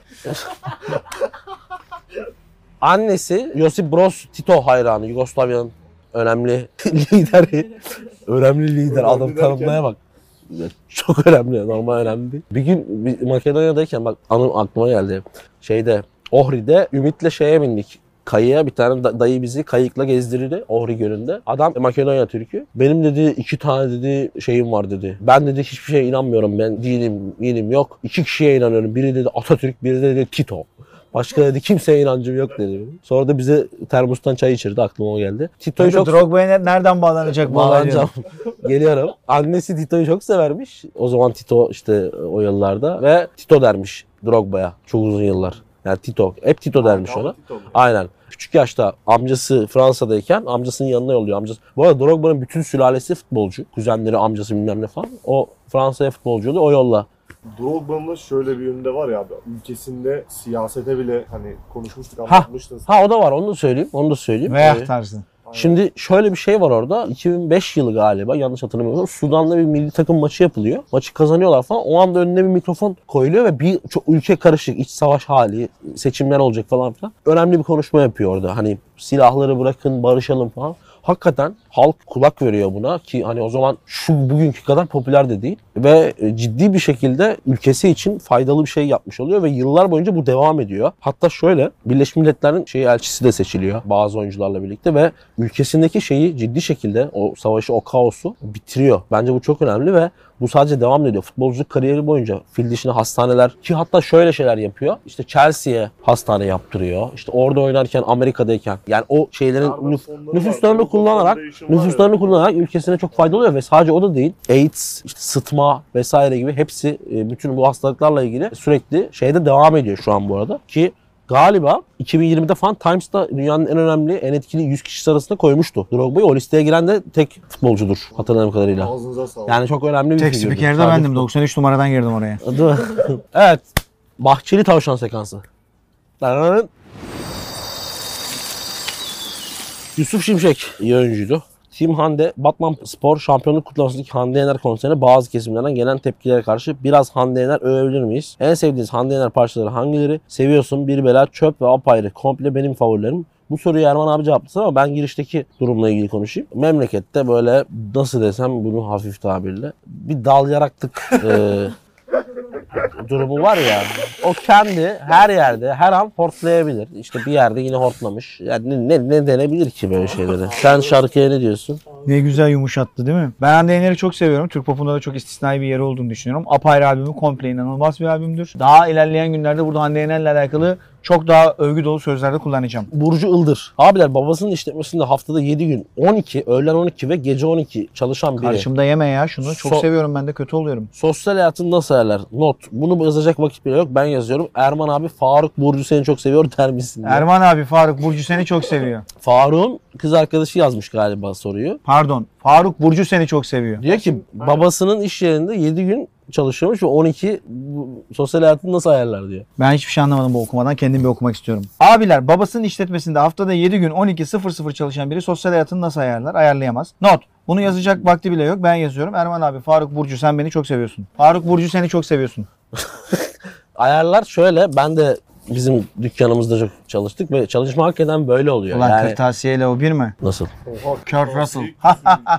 S2: annesi Josip Broz Tito hayranı. Yugoslavya'nın önemli lideri. önemli lider. Adam
S3: derken-
S2: tanımlaya bak. Ya, Çok önemli. Normal önemli. değil. Bir gün bir Makedonya'dayken bak anım aklıma geldi. Şeyde Ohri'de Ümit'le şeye bindik. Kayıya bir tane da- dayı bizi kayıkla gezdirirdi Ohri Gölü'nde. Adam "E, Makedonya Türk'ü. Benim dedi iki tane dedi şeyim var dedi. Ben dedi hiçbir şeye inanmıyorum. Ben dinim, dinim yok. İki kişiye inanıyorum. Biri dedi Atatürk, biri de dedi Tito. Başka dedi kimseye inancım yok dedi. Sonra da bize termostan çay içirdi aklıma o geldi. Tito'yu
S1: Çok...
S2: çok
S1: Drogba'ya ne- nereden bağlanacak bu olay diyorum.
S2: Bağlanacağım. Geliyorum. Annesi Tito'yu çok severmiş. O zaman Tito işte o yıllarda ve Tito dermiş Drogba'ya çok uzun yıllar. Yani Tito. Hep Tito dermiş ona. Aynen. Küçük yaşta amcası Fransa'dayken amcasının yanına yolluyor. Amcası. Bu arada Drogba'nın bütün sülalesi futbolcu. Kuzenleri, amcası bilmem ne falan. O Fransa'ya futbolcu oluyor. O yolla.
S3: Drogba'nın şöyle bir yönde var ya abi. Ülkesinde siyasete bile hani konuşmuştuk anlatmıştın. sen.
S2: Ha o da var. Onu da söyleyeyim. Onu da söyleyeyim. Ee,
S1: Veya tarzı.
S3: Aynen.
S2: Şimdi şöyle bir şey var orada. 2005 yılı galiba yanlış hatırlamıyorum. Sudan'la bir milli takım maçı yapılıyor. Maçı kazanıyorlar falan. O anda önüne bir mikrofon koyuluyor ve bir çok ülke karışık. iç savaş hali, seçimler olacak falan filan. Önemli bir konuşma yapıyor orada. Hani silahları bırakın, barışalım falan. Hakikaten halk kulak veriyor buna ki hani o zaman şu bugünkü kadar popüler de değil ve ciddi bir şekilde ülkesi için faydalı bir şey yapmış oluyor ve yıllar boyunca bu devam ediyor. Hatta şöyle Birleşmiş Milletler'in şeyi elçisi de seçiliyor bazı oyuncularla birlikte ve ülkesindeki şeyi ciddi şekilde o savaşı, o kaosu bitiriyor. Bence bu çok önemli ve bu sadece devam ediyor. Futbolculuk kariyeri boyunca fil dişine hastaneler ki hatta şöyle şeyler yapıyor. İşte Chelsea'ye hastane yaptırıyor. İşte orada oynarken Amerika'dayken yani o şeylerin
S3: Yardım
S2: nüf-
S3: fonları
S2: nüfuslarını
S3: var.
S2: kullanarak
S3: Foundation var ya.
S2: nüfuslarını kullanarak ülkesine çok faydalı oluyor ve sadece o da değil. AIDS, işte sıtma vesaire gibi hepsi e, bütün bu hastalıklarla ilgili sürekli şeyde devam ediyor şu an bu arada ki Galiba 2020'de falan Times'ta dünyanın en önemli, en etkili 100 kişisi arasında koymuştu. Drogba'yı o listeye giren de tek futbolcudur hatırladığım kadarıyla.
S3: Ağzınıza sağlık.
S2: Yani çok önemli bir
S1: Tek
S2: figürdür.
S1: spikerde
S2: Sadece
S1: bendim. 93 numaradan girdim oraya.
S2: Değil mi? evet. Bahçeli tavşan sekansı. Dararın. Yusuf Şimşek iyi oyuncuydu. Team Hande, Batman Spor şampiyonluk kutlamasındaki Hande Yener konserine bazı kesimlerden gelen tepkilere karşı biraz Hande Yener övebilir miyiz? En sevdiğiniz Hande Yener parçaları hangileri? Seviyorsun, bir bela, çöp ve apayrı. Komple benim favorilerim. Bu soruyu Erman abi cevaplasın ama ben girişteki durumla ilgili konuşayım. Memlekette böyle nasıl desem bunu hafif tabirle bir dal yaraktık eee, durumu var ya. O kendi her yerde her an hortlayabilir. İşte bir yerde yine hortlamış. Yani ne, ne denebilir ki böyle şeylere? Sen şarkıya ne diyorsun?
S1: Ne güzel yumuşattı değil mi? Ben Hande Yener'i çok seviyorum. Türk popunda da çok istisnai bir yeri olduğunu düşünüyorum. Apayrı albümü komple inanılmaz bir albümdür. Daha ilerleyen günlerde burada Hande Yener'le alakalı çok daha övgü dolu sözlerde kullanacağım.
S2: Burcu Ildır. Abiler babasının işletmesinde haftada 7 gün 12, öğlen 12 ve gece 12 çalışan biri.
S1: Karşımda yeme ya şunu. Çok
S2: So-
S1: seviyorum ben de kötü oluyorum.
S2: Sosyal hayatın nasıl ayarlar? Not. Bunu yazacak vakit bile yok. Ben yazıyorum. Erman abi Faruk Burcu seni çok seviyor der misin? diye.
S1: Erman abi Faruk Burcu seni çok seviyor.
S2: Faruk'un kız arkadaşı yazmış galiba soruyu.
S1: Pardon. Faruk Burcu seni çok seviyor.
S2: Diyor ki babasının iş yerinde 7 gün çalışıyormuş ve 12 bu sosyal hayatını nasıl ayarlar diyor.
S1: Ben hiçbir şey anlamadım bu okumadan. Kendim bir okumak istiyorum. Abiler babasının işletmesinde haftada 7 gün 12.00 çalışan biri sosyal hayatını nasıl ayarlar? Ayarlayamaz. Not. Bunu yazacak vakti bile yok. Ben yazıyorum. Erman abi Faruk Burcu sen beni çok seviyorsun. Faruk Burcu seni çok seviyorsun.
S2: Ayarlar şöyle ben de bizim dükkanımızda çok çalıştık ve çalışma hakikaten böyle oluyor.
S1: Ulan
S2: yani
S1: kırtasiyeyle o bir mi?
S2: nasıl?
S3: Oha,
S1: Kurt Russell.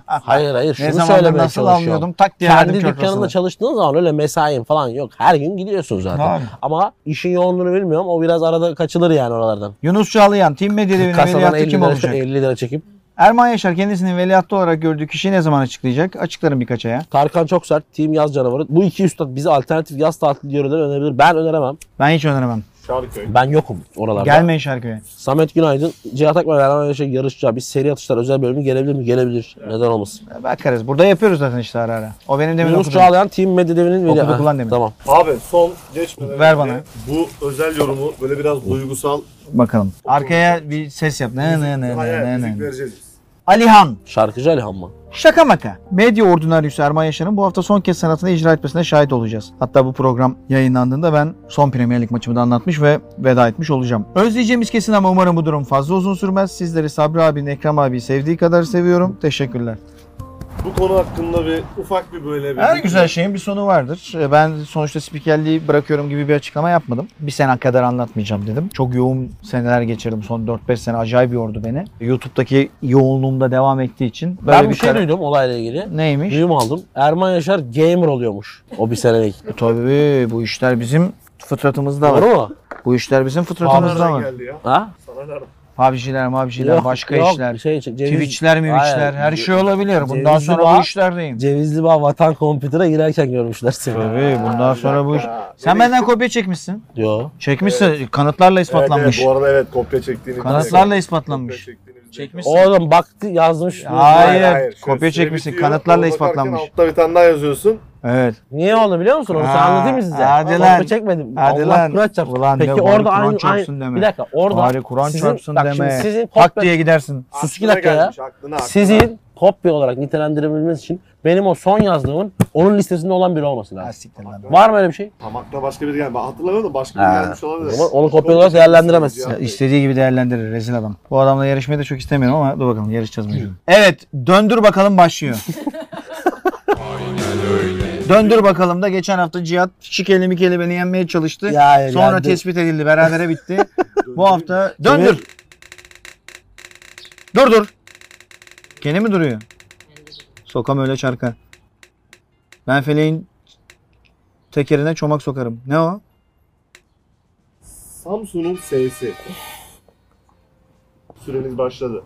S2: Hayır hayır şunu
S1: Ne
S2: söylemeye
S1: zamandır nasıl
S2: çalışıyorum.
S1: anlıyordum? Tak diye
S2: Kendi
S1: verdim Kurt
S2: dükkanında
S1: Russell'ı.
S2: çalıştığın zaman öyle mesain falan yok. Her gün gidiyorsun zaten.
S1: Abi.
S2: Ama işin yoğunluğunu bilmiyorum. O biraz arada kaçılır yani oralardan.
S1: Yunus Çağlayan, Team Medya Devi'nin
S2: Kasadan
S1: veliahtı
S2: 50
S1: kim
S2: lira,
S1: olacak?
S2: 50 lira çekip.
S1: Erman Yaşar kendisini veliahtı olarak gördüğü kişiyi ne zaman açıklayacak? Açıklarım birkaç aya.
S2: Tarkan çok sert. Team yaz canavarı. Bu iki üstad bize alternatif yaz tatili yöreleri önerebilir. Ben öneremem.
S1: Ben hiç öneremem.
S3: Şarköy.
S2: Ben yokum oralarda.
S1: Gelmeyin şarkıya.
S2: Samet Günaydın, Cihat Akman ve Erhan Yaşar yarışacağı bir seri atışlar özel bölümü gelebilir mi? Gelebilir. Neden olmasın?
S1: Bakarız. Burada yapıyoruz zaten işte ara ara. O benim demin
S2: Yunus
S1: okuduğum.
S2: Çağlayan Team Medya Devi'nin...
S1: Okuduk
S2: Ha,
S1: ulan demin.
S2: Tamam.
S3: Abi son geçmeden
S1: Ver
S3: önce
S1: bana.
S3: Bu özel yorumu böyle biraz duygusal
S1: Bakalım. Arkaya bir ses yap. Ne ne ne
S3: hayal
S1: ne ne
S3: müzik
S1: ne.
S3: vereceğiz. biz.
S1: Alihan.
S2: Şarkıcı Alihan mı?
S1: Şaka maka. Medya ordinaryüsü Erman Yaşar'ın bu hafta son kez sanatını icra etmesine şahit olacağız. Hatta bu program yayınlandığında ben son Premier Lig maçımı da anlatmış ve veda etmiş olacağım. Özleyeceğimiz kesin ama umarım bu durum fazla uzun sürmez. Sizleri Sabri abinin, Ekrem abi sevdiği kadar seviyorum. Teşekkürler.
S3: Bu konu hakkında bir ufak bir böyle bir...
S1: Her güzel şeyin bir sonu vardır. Ee, Ben sonuçta spikerliği bırakıyorum gibi bir açıklama yapmadım. Bir sene kadar anlatmayacağım dedim. Çok yoğun seneler geçirdim. Son 4-5 sene acayip yordu beni. YouTube'daki yoğunluğum da devam ettiği için. Böyle
S2: ben bir şey
S1: karar-
S2: duydum olayla ilgili.
S1: Neymiş?
S2: Duyum aldım. Erman Yaşar gamer oluyormuş. O bir senelik.
S1: Tabii bu işler bizim fıtratımızda var.
S2: Doğru mu?
S1: Bu işler bizim fıtratımızda
S3: Nereden
S1: şey var.
S3: geldi ya?
S2: Ha?
S3: Sana nereden?
S1: PUBG'ler, mavciler,
S2: Yok,
S1: başka
S2: yok.
S1: işler.
S2: Şey, ce- ceviz-
S1: Twitch'ler, Mivitch'ler
S2: Aynen.
S1: her şey olabilir. Bundan
S2: Cevizli
S1: sonra
S2: bağ-
S1: bu işlerdeyim.
S2: Cevizli Bağ Vatan Kompüter'a girerken görmüşler seni.
S1: Tabii bundan sonra bu iş... Sen
S3: Nereye-
S1: benden kopya çekmişsin.
S2: Yo.
S1: Çekmişsin. Kanıtlarla
S3: Evet,
S1: ispatlanmış.
S3: evet, bu arada evet kopya çektiğini.
S1: Kanıtlarla
S3: Kopya
S1: ispatlanmış.
S3: çektiğini-
S1: Çekmiş.
S2: Oğlum baktı yazmış.
S1: Hayır,
S3: Şöyle
S1: kopya
S3: size
S1: çekmişsin,
S3: bitiyor,
S1: kanıtlarla
S3: ona bakarken
S1: ispatlanmış.
S3: Altta bir tane daha yazıyorsun.
S1: Evet.
S2: Niye onu biliyor musun? Onu sen
S1: Ha,
S2: anlatayım mı size?
S1: hadi
S2: Ama
S1: lan.
S2: kopya çekmedim.
S1: Hadi
S2: Allah
S1: lan.
S2: Kur'an çarpsın.
S1: Ulan
S2: Peki
S1: ne bari
S2: orada
S1: Kur'an
S2: aynı,
S1: çarpsın
S2: aynı,
S1: deme.
S2: Bir dakika orada.
S1: Bari Kur'an
S2: sizin-
S1: çarpsın
S2: bak
S1: deme.
S2: Şimdi sizin
S1: Hak
S2: kopya,
S1: diye gidersin.
S2: Sus iki
S3: Aklına
S2: dakika ya.
S3: gelmiş, Aklına, aklına.
S2: sizin kopya olarak nitelendirebilmeniz için benim o son yazdığımın onun listesinde olan biri olması
S1: Ha,
S2: lazım.
S1: siktir lan.
S2: Var mı öyle bir şey?
S3: Tam aklına başka biri geldi. Ben hatırlamıyorum da başka
S2: Ha.
S3: biri gelmiş olabilir.
S2: O zaman onu kopya olarak değerlendiremezsin.
S1: Ya istediği gibi değerlendirir rezil adam. Bu adamla yarışmayı da çok istemiyorum ama dur bakalım yarışacağız mecbur. Evet döndür bakalım başlıyor. Döndür bakalım da geçen hafta Cihat şikeli mikeli beni yenmeye çalıştı.
S2: Ya, ya,
S1: Sonra
S2: ya, dur.
S1: tespit edildi berabere bitti. Bu hafta döndür. Dur dur. Gene mi duruyor? Sokam öyle çarka. Ben feleğin tekerine çomak sokarım. Ne o?
S3: Samsun'un S'si. Süreniz başladı.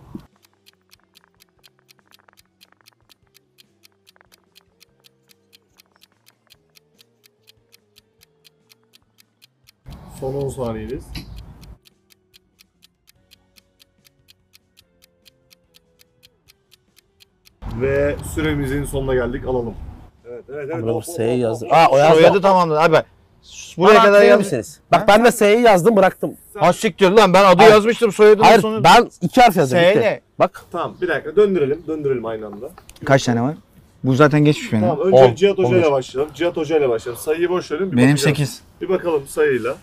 S3: Son 10 saniyeniz. Ve süremizin sonuna geldik. Alalım. Evet, evet,
S2: Ama ben
S3: evet. Oh,
S2: bu
S3: oh,
S2: S'yi
S3: oh,
S2: yazdım.
S3: oh.
S2: Aa o yazdı.
S1: Soyadı tamamladı. Abi bak, buraya
S2: Bana
S1: kadar
S2: atlayabilir
S1: yazmışsın.
S2: misiniz? Bak ben de S'yi yazdım bıraktım.
S1: Ha siktir lan ben adı
S2: Hayır.
S1: yazmıştım soyadını
S2: Hayır
S1: sonu.
S2: ben iki harf yazdım.
S1: S
S2: bitti.
S1: ne?
S2: Bak.
S3: Tamam bir dakika döndürelim. Döndürelim aynı anda.
S1: Kaç tane var? Bu zaten geçmiş benim.
S3: Tamam önce
S2: On,
S3: Cihat Hoca
S2: on beş.
S3: ile başlayalım. Cihat Hoca ile başlayalım. Sayıyı boş verin. Bir
S1: benim
S3: bakacağız.
S1: 8.
S3: Bir bakalım sayıyla.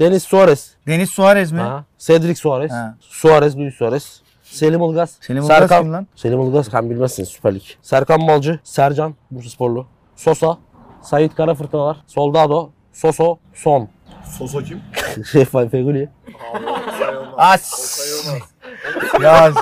S2: Deniz Suarez.
S1: Deniz Suarez mi?
S2: Ha. Cedric Suarez.
S1: Ha.
S2: Suarez, Luis Suarez. Selim Ilgaz.
S1: Selim Ilgaz
S2: Serkan-
S1: kim lan?
S2: Selim Ilgaz sen bilmezsin Süper Lig. Serkan Balcı, Sercan, Bursasporlu. Sosa, Sait Karafırtınalar, Soldado, Soso, Son.
S3: Soso kim?
S2: Şey Feguli.
S3: Abi o sayılmaz.
S1: Ah!
S3: O sayılmaz.
S1: ya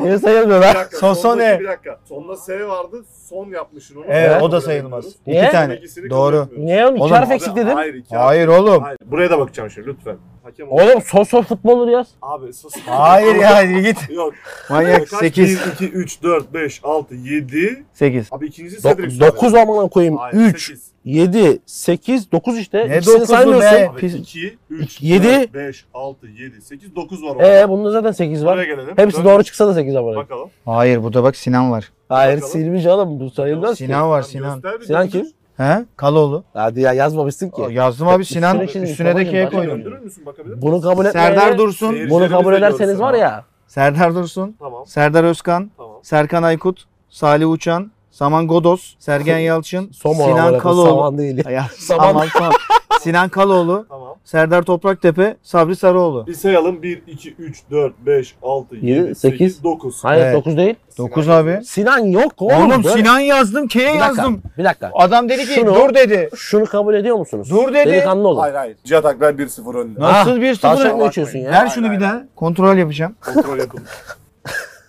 S2: Niye sayılmıyor
S3: Bir
S2: lan?
S3: dakika,
S1: Soso
S3: sondaki
S1: ne?
S3: Bir dakika. Sonda S vardı. Son yapmışsın onu.
S1: evet
S2: Evet,
S1: e, o da sayılmaz.
S3: İki
S2: Niye?
S1: İki tane.
S3: İkisini kabul
S1: Doğru.
S3: etmiyoruz.
S2: Niye oğlum?
S1: Oğlum,
S2: İki harf
S3: Abi,
S2: eksik dedim.
S3: Hayır iki
S1: Hayır oğlum.
S3: Hayır. Buraya da bakacağım şimdi lütfen. Hakem ol.
S2: Oğlum Soso futbolur yaz.
S3: Abi Soso.
S1: Hayır ya yürü git.
S3: Yok.
S1: Manyak 8.
S3: 1, 2, 3, 4, 5, 6, 7.
S1: 8.
S3: Abi ikincisi Cedric
S2: Do- 9 amına koyayım.
S3: Hayır,
S2: 3,
S3: sekiz.
S2: 7, 8, 9 işte.
S1: Ne
S2: İkisini
S1: dokuzu
S2: saymıyorsun.
S1: be?
S3: Abi
S1: Pis-
S3: 2, 3,
S2: Yedi.
S3: 4, 5, 6, 7, 8, 9 var orada.
S2: Ee bunda zaten 8
S3: Buraya
S2: var.
S3: gelelim.
S2: Hepsi
S3: Dön-
S2: doğru çıksa da 8 amına.
S3: Bakalım.
S1: Hayır burada bak Sinan var.
S2: Hayır
S3: Bakalım.
S2: silmiş oğlum bu sayılmaz ki.
S1: Sinan var
S3: Sen
S1: Sinan.
S3: göster bir
S2: Sinan
S3: döndür.
S2: kim?
S1: He? Kaloğlu.
S2: Hadi ya yazmamışsın ki.
S1: O, yazdım abi
S2: Üstüne
S1: Sinan
S2: çizdim,
S1: üstüne de
S2: babacım,
S1: K'ye
S2: ben
S1: koydum.
S3: Döndürür müsün bakabilir
S2: Bunu kabul etmeye...
S1: Serdar Dursun.
S3: Seyir-
S2: Bunu kabul
S3: Seyircilerimiz de
S2: ederseniz var
S3: görsün
S2: ya.
S1: Ee, Serdar Dursun.
S3: Tamam.
S1: Serdar Özkan.
S3: Tamam.
S1: Serkan Aykut. Salih Uçan. Saman Godos. Sergen Yalçın.
S2: Somon
S1: Sinan
S2: olarak
S1: Kaloğlu.
S2: Saman değil. ya.
S1: Ya,
S2: Saman.
S1: Saman, Saman. Sinan Kaloğlu.
S3: Tamam.
S1: Serdar Topraktepe. Sabri Sarıoğlu.
S3: Bir sayalım. 1, 2, 3, 4, 5, 6, 7,
S2: Yedi,
S3: 8,
S2: sekiz.
S3: 9.
S2: Hayır
S1: Evet.
S2: 9 değil.
S1: 9 abi.
S2: Sinan yok oğlum.
S1: Oğlum
S2: Böyle-
S1: Sinan yazdım K'ye
S2: Bir dakika,
S1: yazdım.
S2: Bir dakika.
S1: Adam dedi ki
S2: Şunu-
S1: dur dedi.
S2: Şunu kabul ediyor musunuz?
S1: Dur dedi.
S2: Delikanlı olun.
S3: Hayır hayır. Cihat Akber 1-0 önde.
S1: Nasıl
S2: Ah,
S1: 1-0
S2: Tavşan
S1: önde?
S2: mı içiyorsun ya?
S1: Ver şunu bir daha. Kontrol yapacağım.
S3: Kontrol yapın.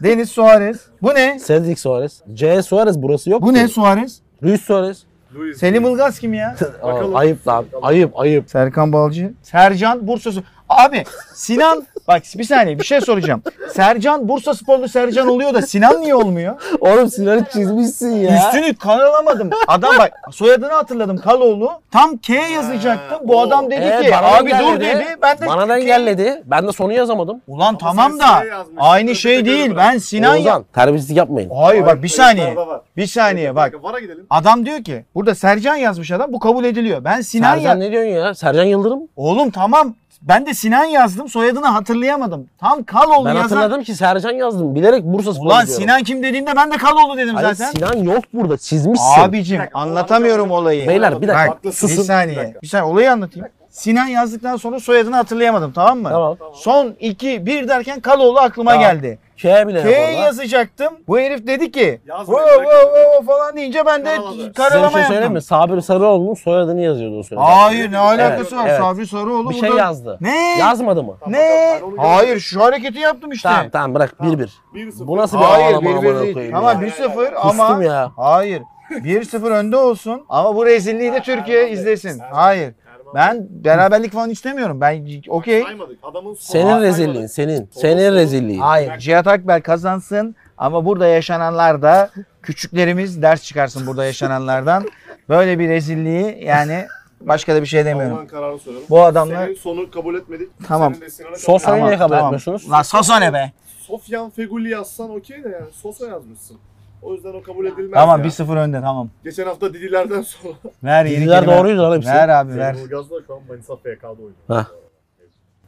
S1: Deniz Suarez. Bu ne?
S2: Cedric Suarez. C Suarez burası yok
S1: Bu
S2: ki.
S1: ne Suarez?
S2: Luis Suarez.
S3: Luis.
S1: Selim Ilgaz kim ya?
S2: Aa,
S3: Bakalım.
S2: ayıp lan. Ayıp ayıp.
S1: Serkan Balcı. Sercan Bursa Spor- Abi Sinan bak bir saniye bir şey soracağım. Sercan Bursa Sporlu Sercan oluyor da Sinan niye olmuyor?
S2: Oğlum Sinan'ı çizmişsin ya.
S1: Üstünü kanalamadım. Adam bak soyadını hatırladım Kaloğlu. Tam K yazacaktım. Bu
S3: o.
S1: adam dedi
S2: Ee,
S1: ki
S2: bana da
S1: abi dur
S2: engelledi.
S1: dedi. Ben de
S2: Bana da engelledi. Ben de sonu yazamadım.
S1: Ulan
S3: sen
S1: tamam
S3: Sinan'ı
S1: da
S3: yazmışsın.
S1: aynı
S3: Öbürü
S1: şey
S3: de
S1: değil.
S3: görür.
S1: Ben Sinan ya-
S2: Oğuzhan terbiyesizlik yapmayın.
S1: Hayır bak bir
S3: Hayır,
S1: saniye.
S3: kayıtlarda var.
S1: Bir saniye bak.
S3: Vara gidelim.
S1: Adam diyor ki burada Sercan yazmış adam bu kabul ediliyor. Ben Sinan
S2: Sercan
S1: ya
S2: ne diyorsun ya? Sercan Yıldırım.
S1: Oğlum tamam ben de Sinan yazdım soyadını hatırlayamadım. Tam Kaloğlu
S2: Ben
S1: yazan.
S2: hatırladım ki Sercan yazdım. Bilerek Bursa Spor'u
S1: Ulan
S2: diyorum.
S1: Sinan kim dediğinde ben de Kaloğlu dedim
S2: Hayır,
S1: zaten.
S2: Sinan yok burada. Çizmişsin.
S1: Abicim
S3: Bir dakika,
S1: anlatamıyorum
S3: olabilir.
S1: olayı.
S2: Beyler bir dakika.
S1: Bak,
S3: haklısın.
S1: bir
S3: Susun. Bir
S1: saniye.
S3: dakika.
S1: Bir saniye olayı anlatayım. Sinan yazdıktan sonra soyadını hatırlayamadım tamam mı?
S2: Tamam.
S1: Son 2 1 derken Kaloğlu aklıma
S2: Tamam.
S1: geldi.
S2: K bile yok
S1: K
S2: orada.
S1: yazacaktım. Bu herif dedi ki
S3: Yazmayın,
S1: "Wo, wo,
S3: bırakın."
S1: wo, wo" falan deyince ben de
S3: Karalama.
S2: Size bir
S1: karalama
S2: şey söyleyeyim
S1: yaptım.
S2: mi? Sabir Sarıoğlu'nun soyadını yazıyordu o sırada.
S1: Hayır ne alakası var?
S2: evet.
S1: Sabri Sarıoğlu
S2: Bir şey
S1: burada-
S2: yazdı.
S1: Ne?
S2: Yazmadı mı?
S1: Ne?
S3: Tamam, tamam,
S1: Hayır şu hareketi yaptım işte.
S2: Tamam tamam bırak 1-1.
S3: Bir sıfır.
S2: Bu nasıl bir
S1: Hayır
S2: ağlama amına
S1: 1-1 değil.
S2: koyayım
S1: Tamam
S2: ya.
S1: 1-0
S2: Kustum
S1: ama
S2: ya.
S1: hayır. 1-0 önde olsun ama bu rezilliği de Türkiye izlesin. Hayır.
S3: Erman
S1: Ben beraberlik falan istemiyorum. Ben okey.
S3: Saymadık. Adamın skoru-
S2: Senin
S3: Saymadık.
S2: rezilliğin, senin. Senin rezilliğin.
S1: Hayır. Cihat Akbel kazansın ama burada yaşananlar da küçüklerimiz ders çıkarsın burada yaşananlardan. Böyle bir rezilliği yani başka da bir şey demiyorum.
S3: Alınan kararı söylüyorum.
S1: Bu adamlar-
S3: Senin sonu kabul etmedik.
S1: Tamam.
S3: Senin de Sinan'a kabul
S2: Sosa
S3: etmedik.
S2: niye kabul etmiyorsunuz?
S1: Lan Sosa ne be?
S3: Sofyan Feguli yazsan okey de yani Sosa yazmışsın. O yüzden o kabul edilmez
S1: Tamam
S3: ya.
S1: 1-0 önde tamam.
S3: Geçen hafta Didiler'den sonra.
S1: Ver yeni
S2: Diziler
S1: kelime.
S2: doğruydu lan hepsi.
S1: Ver abi ver.
S3: Zeynep Ulgaz da şu an Manisa FK'da oynuyor.
S2: Hah.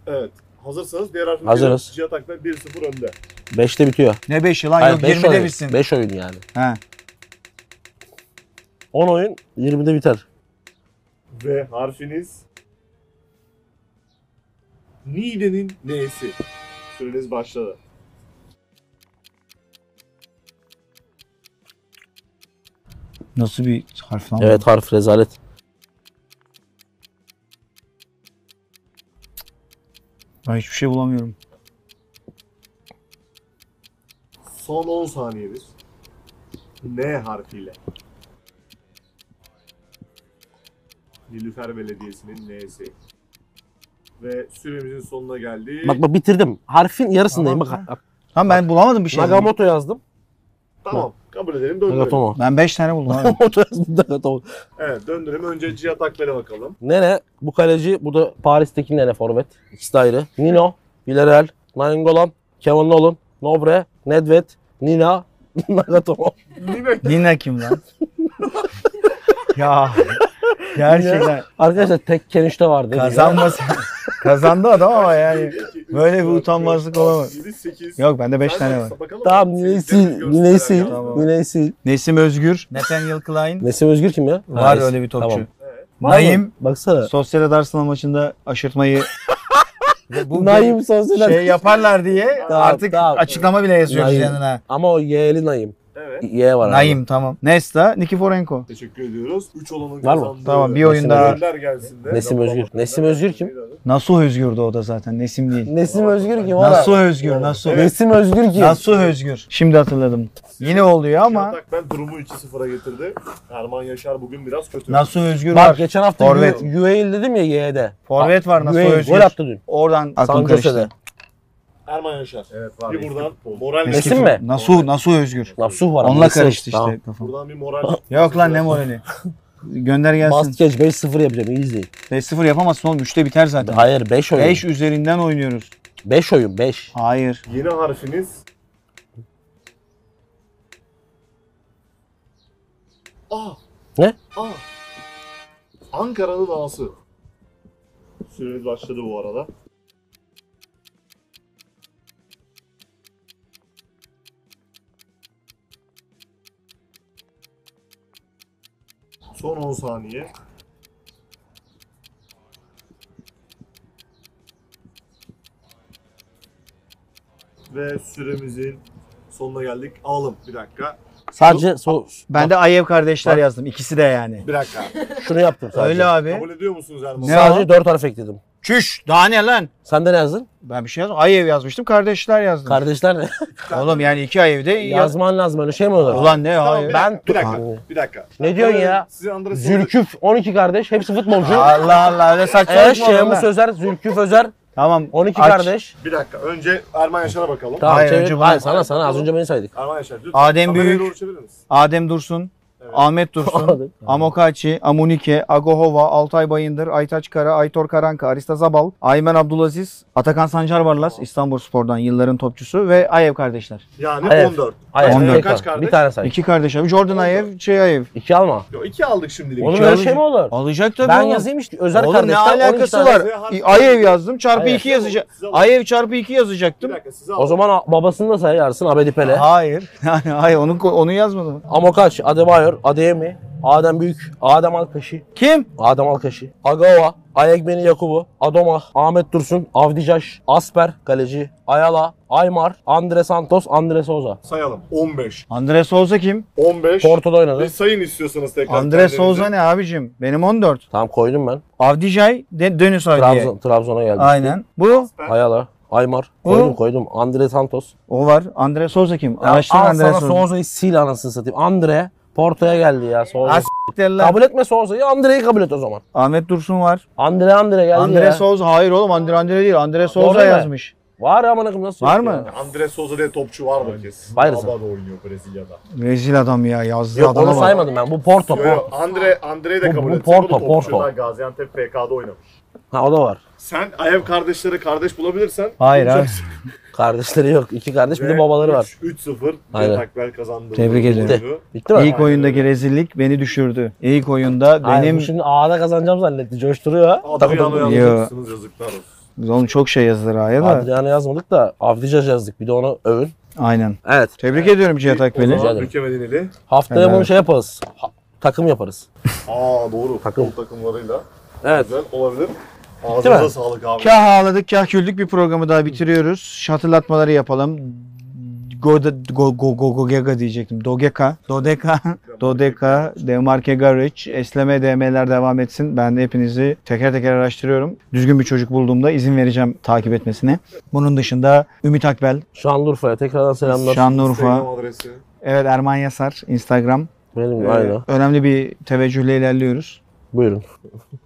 S3: Evet. Hazırsanız diğer harfi
S2: Hazırız.
S3: Cihat Akbel 1-0 önde.
S2: 5'te bitiyor.
S1: Ne 5 yılan
S2: Hayır,
S1: yok
S2: beş
S1: 20'de
S2: oyun.
S1: bitsin.
S2: 5 oyun yani.
S1: He.
S2: 10 oyun 20'de biter.
S3: Ve harfiniz Nide'nin N'si. Süreniz başladı.
S1: Nasıl bir harf lan? bu?
S2: Evet harf rezalet.
S1: Ben hiçbir şey bulamıyorum.
S3: Son 10 saniyeniz. N harfiyle. Nilüfer Belediyesi'nin N'si. Ve süremizin sonuna geldik.
S2: Bak bak bitirdim. Harfin yarısındayım.
S1: Tamam,
S2: Bak, bak.
S1: Lan ben bulamadım bir şey.
S2: Nagamoto yazdım.
S3: Tamam. Kabul edelim döndürelim.
S2: Nagatomo.
S1: Ben 5 tane buldum abi.
S2: Nagamoto yazdım. Nagatomo.
S3: Evet döndürelim. Önce Cihat Akbel'e bakalım.
S2: Nene bu kaleci. Bu da Paris'teki Nene forvet. İkisi de ayrı. Nino, Villarreal, Nainggolan, Kevin Nolan, Nobre, Nedved, Nina, Nagatomo.
S3: Nime
S1: Dinle kim lan? ya gerçekten
S2: Arkadaşlar tek kenişte vardı.
S1: kazanmasa kazandı adam ama yani.
S3: İki,
S1: Böyle
S3: üç,
S1: bir
S3: dört,
S1: utanmazlık
S3: beş, altı,
S1: olamaz.
S3: yedi, sekiz.
S1: Yok bende 5
S3: Sen
S1: tane var.
S3: baksa bakalım.
S2: Tamam Nine'yi sil.
S3: Sekiz
S2: Nine'yi
S3: göster
S2: sil.
S3: ya.
S1: Tamam.
S2: Nine'yi sil.
S1: Nesim Özgür, Nathaniel Klein.
S2: Nesim Özgür kim ya?
S1: Var
S2: Ha,
S1: öyle bir topçu.
S2: Tamam.
S3: Evet.
S1: Naim
S2: Baksana.
S1: sosyal adarsınal maçında aşırtmayı bu
S2: Naim Sosyal.
S1: şey yaparlar diye
S2: Tamam,
S1: artık
S2: tamam.
S1: açıklama bile yazıyoruz
S2: Naim.
S1: yanına.
S2: Ama o Y'li Naim.
S3: Evet.
S2: Y var abi.
S1: Naim tamam. Nesta, Nikiforenko.
S3: Teşekkür ediyoruz. 3 olanın
S2: Var mı?
S3: kazandığı.
S1: Tamam, bir oyun
S3: Nesim
S1: daha.
S3: Özgür gelsin de.
S2: Nesim Özgür. Nesim Özgür kim?
S1: Nasuh Özgür'dü o da zaten. Nesim değil.
S2: Nesim Özgür kim? oğlum?
S1: Nasuh Özgür, Nasuh.
S2: Nesim Özgür kim?
S1: Nasuh Özgür. Şimdi hatırladım. Yine oluyor ama
S3: Şatak ben durumu 2-0'a getirdi. Erman Yaşar bugün biraz kötü.
S1: Nasuh Özgür
S2: Bak
S1: var.
S2: geçen hafta
S1: Forvet.
S2: Forvet. UAE dedim ya Y'de.
S1: Forvet var Nasuh
S2: UAE
S1: Özgür.
S2: gol attı dün.
S1: Oradan aklım
S2: San Jose'de.
S1: karıştı.
S3: Erman Yaşar.
S4: Evet var.
S3: Bir buradan moral
S2: Eski Nesim mi?
S1: Nasuh, Nasuh Özgür.
S2: Nasuh var. ama
S1: Onunla
S2: Nesim.
S1: karıştı işte
S2: Tamam.
S1: kafam.
S3: Buradan bir moral.
S1: Yok lan ne morali. Gönder gelsin.
S2: Bast geç 5-0 yapacağım iyi izleyin.
S1: 5-0 yapamazsın oğlum. 3'te biter zaten.
S2: Hayır 5 oyun.
S1: 5 üzerinden oynuyoruz.
S2: 5 oyun 5.
S1: Hayır.
S3: Yeni harfiniz. A.
S2: Ne?
S3: A. Ankara'nın A'sı. Süreniz başladı bu arada. Son 10 saniye. Ve süremizin sonuna geldik. Alım bir dakika.
S2: Sadece so-
S1: Ben de Ayev kardeşler yazdım. İkisi de yani.
S3: Bir dakika.
S2: şunu yaptım sadece.
S1: Öyle abi.
S3: Kabul ediyor musunuz Erman?
S1: Ne
S2: Sadece
S1: abi?
S2: 4 harf ekledim.
S1: Çüş. Daha ne lan?
S2: Sen de ne yazdın?
S1: Ben bir şey yazdım. Ayev yazmıştım. Kardeşler yazdım.
S2: Kardeşler ne?
S1: Oğlum yani iki Ayev'de yaz.
S2: yazman lazım öyle şey mi olur?
S1: Ulan ne
S3: Tamam,
S1: Ayev?
S3: bir
S2: Ben-
S3: dakika, bir dakika. Bir dakika.
S2: Ne diyorsun ya?
S3: Sizi Andres
S2: Zülküf 12 kardeş hepsi futbolcu.
S1: Allah Allah öyle
S2: Eee
S1: saçma olur mu?
S2: Şemus Özer, Zülküf Özer,
S1: Tamam.
S2: 12
S1: aç.
S2: kardeş.
S3: Bir dakika. Önce Erman Yaşar'a bakalım.
S2: Tamam
S1: Hayır,
S2: çevir.
S1: önce bana-
S2: Hayır sana sana az önce beni saydık.
S3: Erman Yaşar lütfen.
S1: Adem
S3: Kamerayı
S1: Büyük.
S3: doğru çevirir misin?
S1: Adem Dursun.
S3: Evet.
S1: Ahmet Dursun. Amokachi, Amunike, Agohova, Altay Bayındır, Aytaç Kara, Aytor Karanka, Arista Zabal, Aymen Abdulaziz, Atakan Sancar Varlas, İstanbul Spor'dan yılların topçusu ve Ayev kardeşler.
S3: Yani
S2: Evet.
S3: 14.
S2: Hayır,
S3: Kaç-
S1: 14.
S3: Kaç
S2: Bir
S3: kardeş?
S2: tane say.
S1: İki kardeş abi. Jordan Ayev, şey Ayev.
S2: İki alma.
S3: Yok, iki aldık şimdilik.
S2: Oğlum
S3: İki
S2: öyle
S3: aldık.
S2: şey mi olur?
S1: Alacak tabii.
S2: Ben
S1: oğlum.
S2: yazayım işte. Özel
S1: Oğlum ne
S2: kardeşten 12
S1: alakası
S2: tane.
S1: var?
S3: tane.
S1: Ayev yazdım çarpı
S2: Hayır.
S1: 2 yazacak.
S3: Size aldım.
S1: Ayev çarpı 2
S3: Bir
S1: yazacaktım.
S3: dakika sizi
S2: O
S3: aldım.
S2: zaman a- babasını da say Yarsın Abedi Pele.
S1: Hayır. Yani hayır onu ko- onu yazmadım.
S2: Amokaç, Adebayor, Adeyemi, Adem Büyük, Adem Alkaşi,
S1: Kim?
S2: Adem Alkaşi, Agawa, Ayegbeni Yakubu, Adoma, Ahmet Dursun, Avdicaş, Asper, Kaleci, Ayala, Aymar, Andre Santos, Andre Souza.
S3: Sayalım. 15.
S1: Andres Souza kim?
S3: 15.
S2: Porto'da oynadı.
S3: Bir sayın istiyorsanız tekrar.
S1: Andres Souza
S3: kendinize.
S1: ne abicim? Benim 14.
S2: Tamam koydum ben.
S1: Avdijay de Dönüs Avdiye.
S2: Trabzon, Trabzon'a geldi.
S1: Aynen. Bu
S2: Ayala, Aymar.
S1: Hı?
S2: Koydum koydum. Andre Santos.
S1: o var. Andres Souza kim?
S2: Ya,
S1: Araştır
S2: al
S1: Andres
S2: sana
S1: Souza.
S2: Souza'yı sil anasını satayım. Andre Porto'ya geldi ya. Souza.
S1: Ha, derler.
S2: Kabul etme Souza'yı Andre'yi kabul et o zaman.
S1: Ahmet Dursun var.
S2: Andre Andre geldi
S1: Andre
S2: ya.
S1: Souza hayır oğlum Andre Andre değil. Andre
S2: Doğru
S1: Souza
S2: mu?
S1: yazmış.
S2: Var ya amına nasıl
S1: Var
S2: yok
S1: mı?
S2: ya?
S3: Andres Souza diye topçu var mı kesin?
S2: Bayern
S3: Baba da oynuyor Brezilya'da.
S1: Rezil adam ya yazdı
S2: Yok
S1: adama
S2: onu
S1: bak.
S2: saymadım ben. Bu Porto.
S3: Yo, yo,
S2: Porto.
S3: Andre, Andre'yi de
S2: Bu-
S3: kabul
S2: bu
S3: etsin. Bu da
S2: Porto,
S3: topçu.
S2: Porto.
S3: Daha Gaziantep FK'da oynamış.
S2: Ha o da var.
S3: Sen Ayev kardeşleri kardeş bulabilirsen
S1: Hayır abi.
S3: olacaksın.
S2: Kardeşleri yok. İki kardeş bir de
S3: Ve
S2: babaları var.
S3: 3-0
S2: Aynen.
S3: Aynen. takbel kazandı.
S1: Tebrik ederim.
S3: Oyunu.
S2: Bitti mi?
S1: İlk oyundaki rezillik beni düşürdü. İlk oyunda
S2: Hayır,
S1: benim
S2: bu şimdi A'da kazanacağım zannetti. Coşturuyor. Takı takı.
S3: Adriano'yu
S1: Yo.
S3: alacaksınız yazıklar olsun.
S1: Biz oğlum çok şey yazdılar Aya da.
S2: Adriano yazmadık da Avdijaj yazdık. Bir de onu övün.
S1: Aynen.
S2: Evet.
S1: Tebrik ediyorum Cihat Akbel'i.
S3: O zaman
S2: ederim.
S3: Ülke Medineli.
S2: Haftaya
S1: Evet.
S2: bunu şey yaparız. Ha- takım yaparız.
S3: Aa doğru.
S2: Takım.
S3: Takım. takımlarıyla.
S2: Evet.
S3: Güzel olabilir. Ağzınıza
S2: mi?
S3: sağlık abi.
S1: Kah ağladık kah güldük bir programı daha bitiriyoruz. Hatırlatmaları yapalım. Goda, go, go, go, Gogega diyecektim. Dogeka, Dodeka, Dodeka, Demarke Garage, Esleme DM'ler devam etsin. Ben de hepinizi teker teker araştırıyorum. Düzgün bir çocuk bulduğumda izin vereceğim takip etmesine. Bunun dışında Ümit Akbel,
S2: Şanlıurfa'ya tekrardan selamlar.
S1: Şanlıurfa,
S3: Instagram adresi.
S1: evet Erman Yasar, Instagram.
S2: Benim
S1: Ee,
S2: aynı.
S1: Önemli bir teveccühle ilerliyoruz.
S2: Buyurun.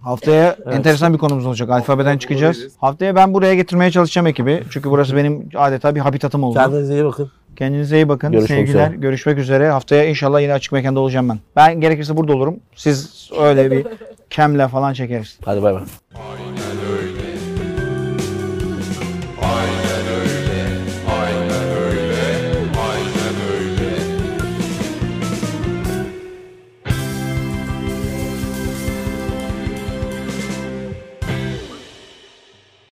S1: Haftaya enteresan bir konumuz olacak. Alfabeden çıkacağız.
S3: buradayız.
S1: Haftaya ben buraya getirmeye çalışacağım ekibi. Çünkü burası benim adeta bir habitatım oldu.
S2: Kendinize iyi bakın.
S1: Kendinize iyi bakın.
S2: Görüşmek
S1: Sevgiler.
S2: üzere.
S1: Görüşmek üzere. Haftaya inşallah yine açık mekanda olacağım ben. Ben gerekirse burada olurum. Siz öyle bir kemle falan çekeriz.
S2: Hadi bay bay.
S3: Aa,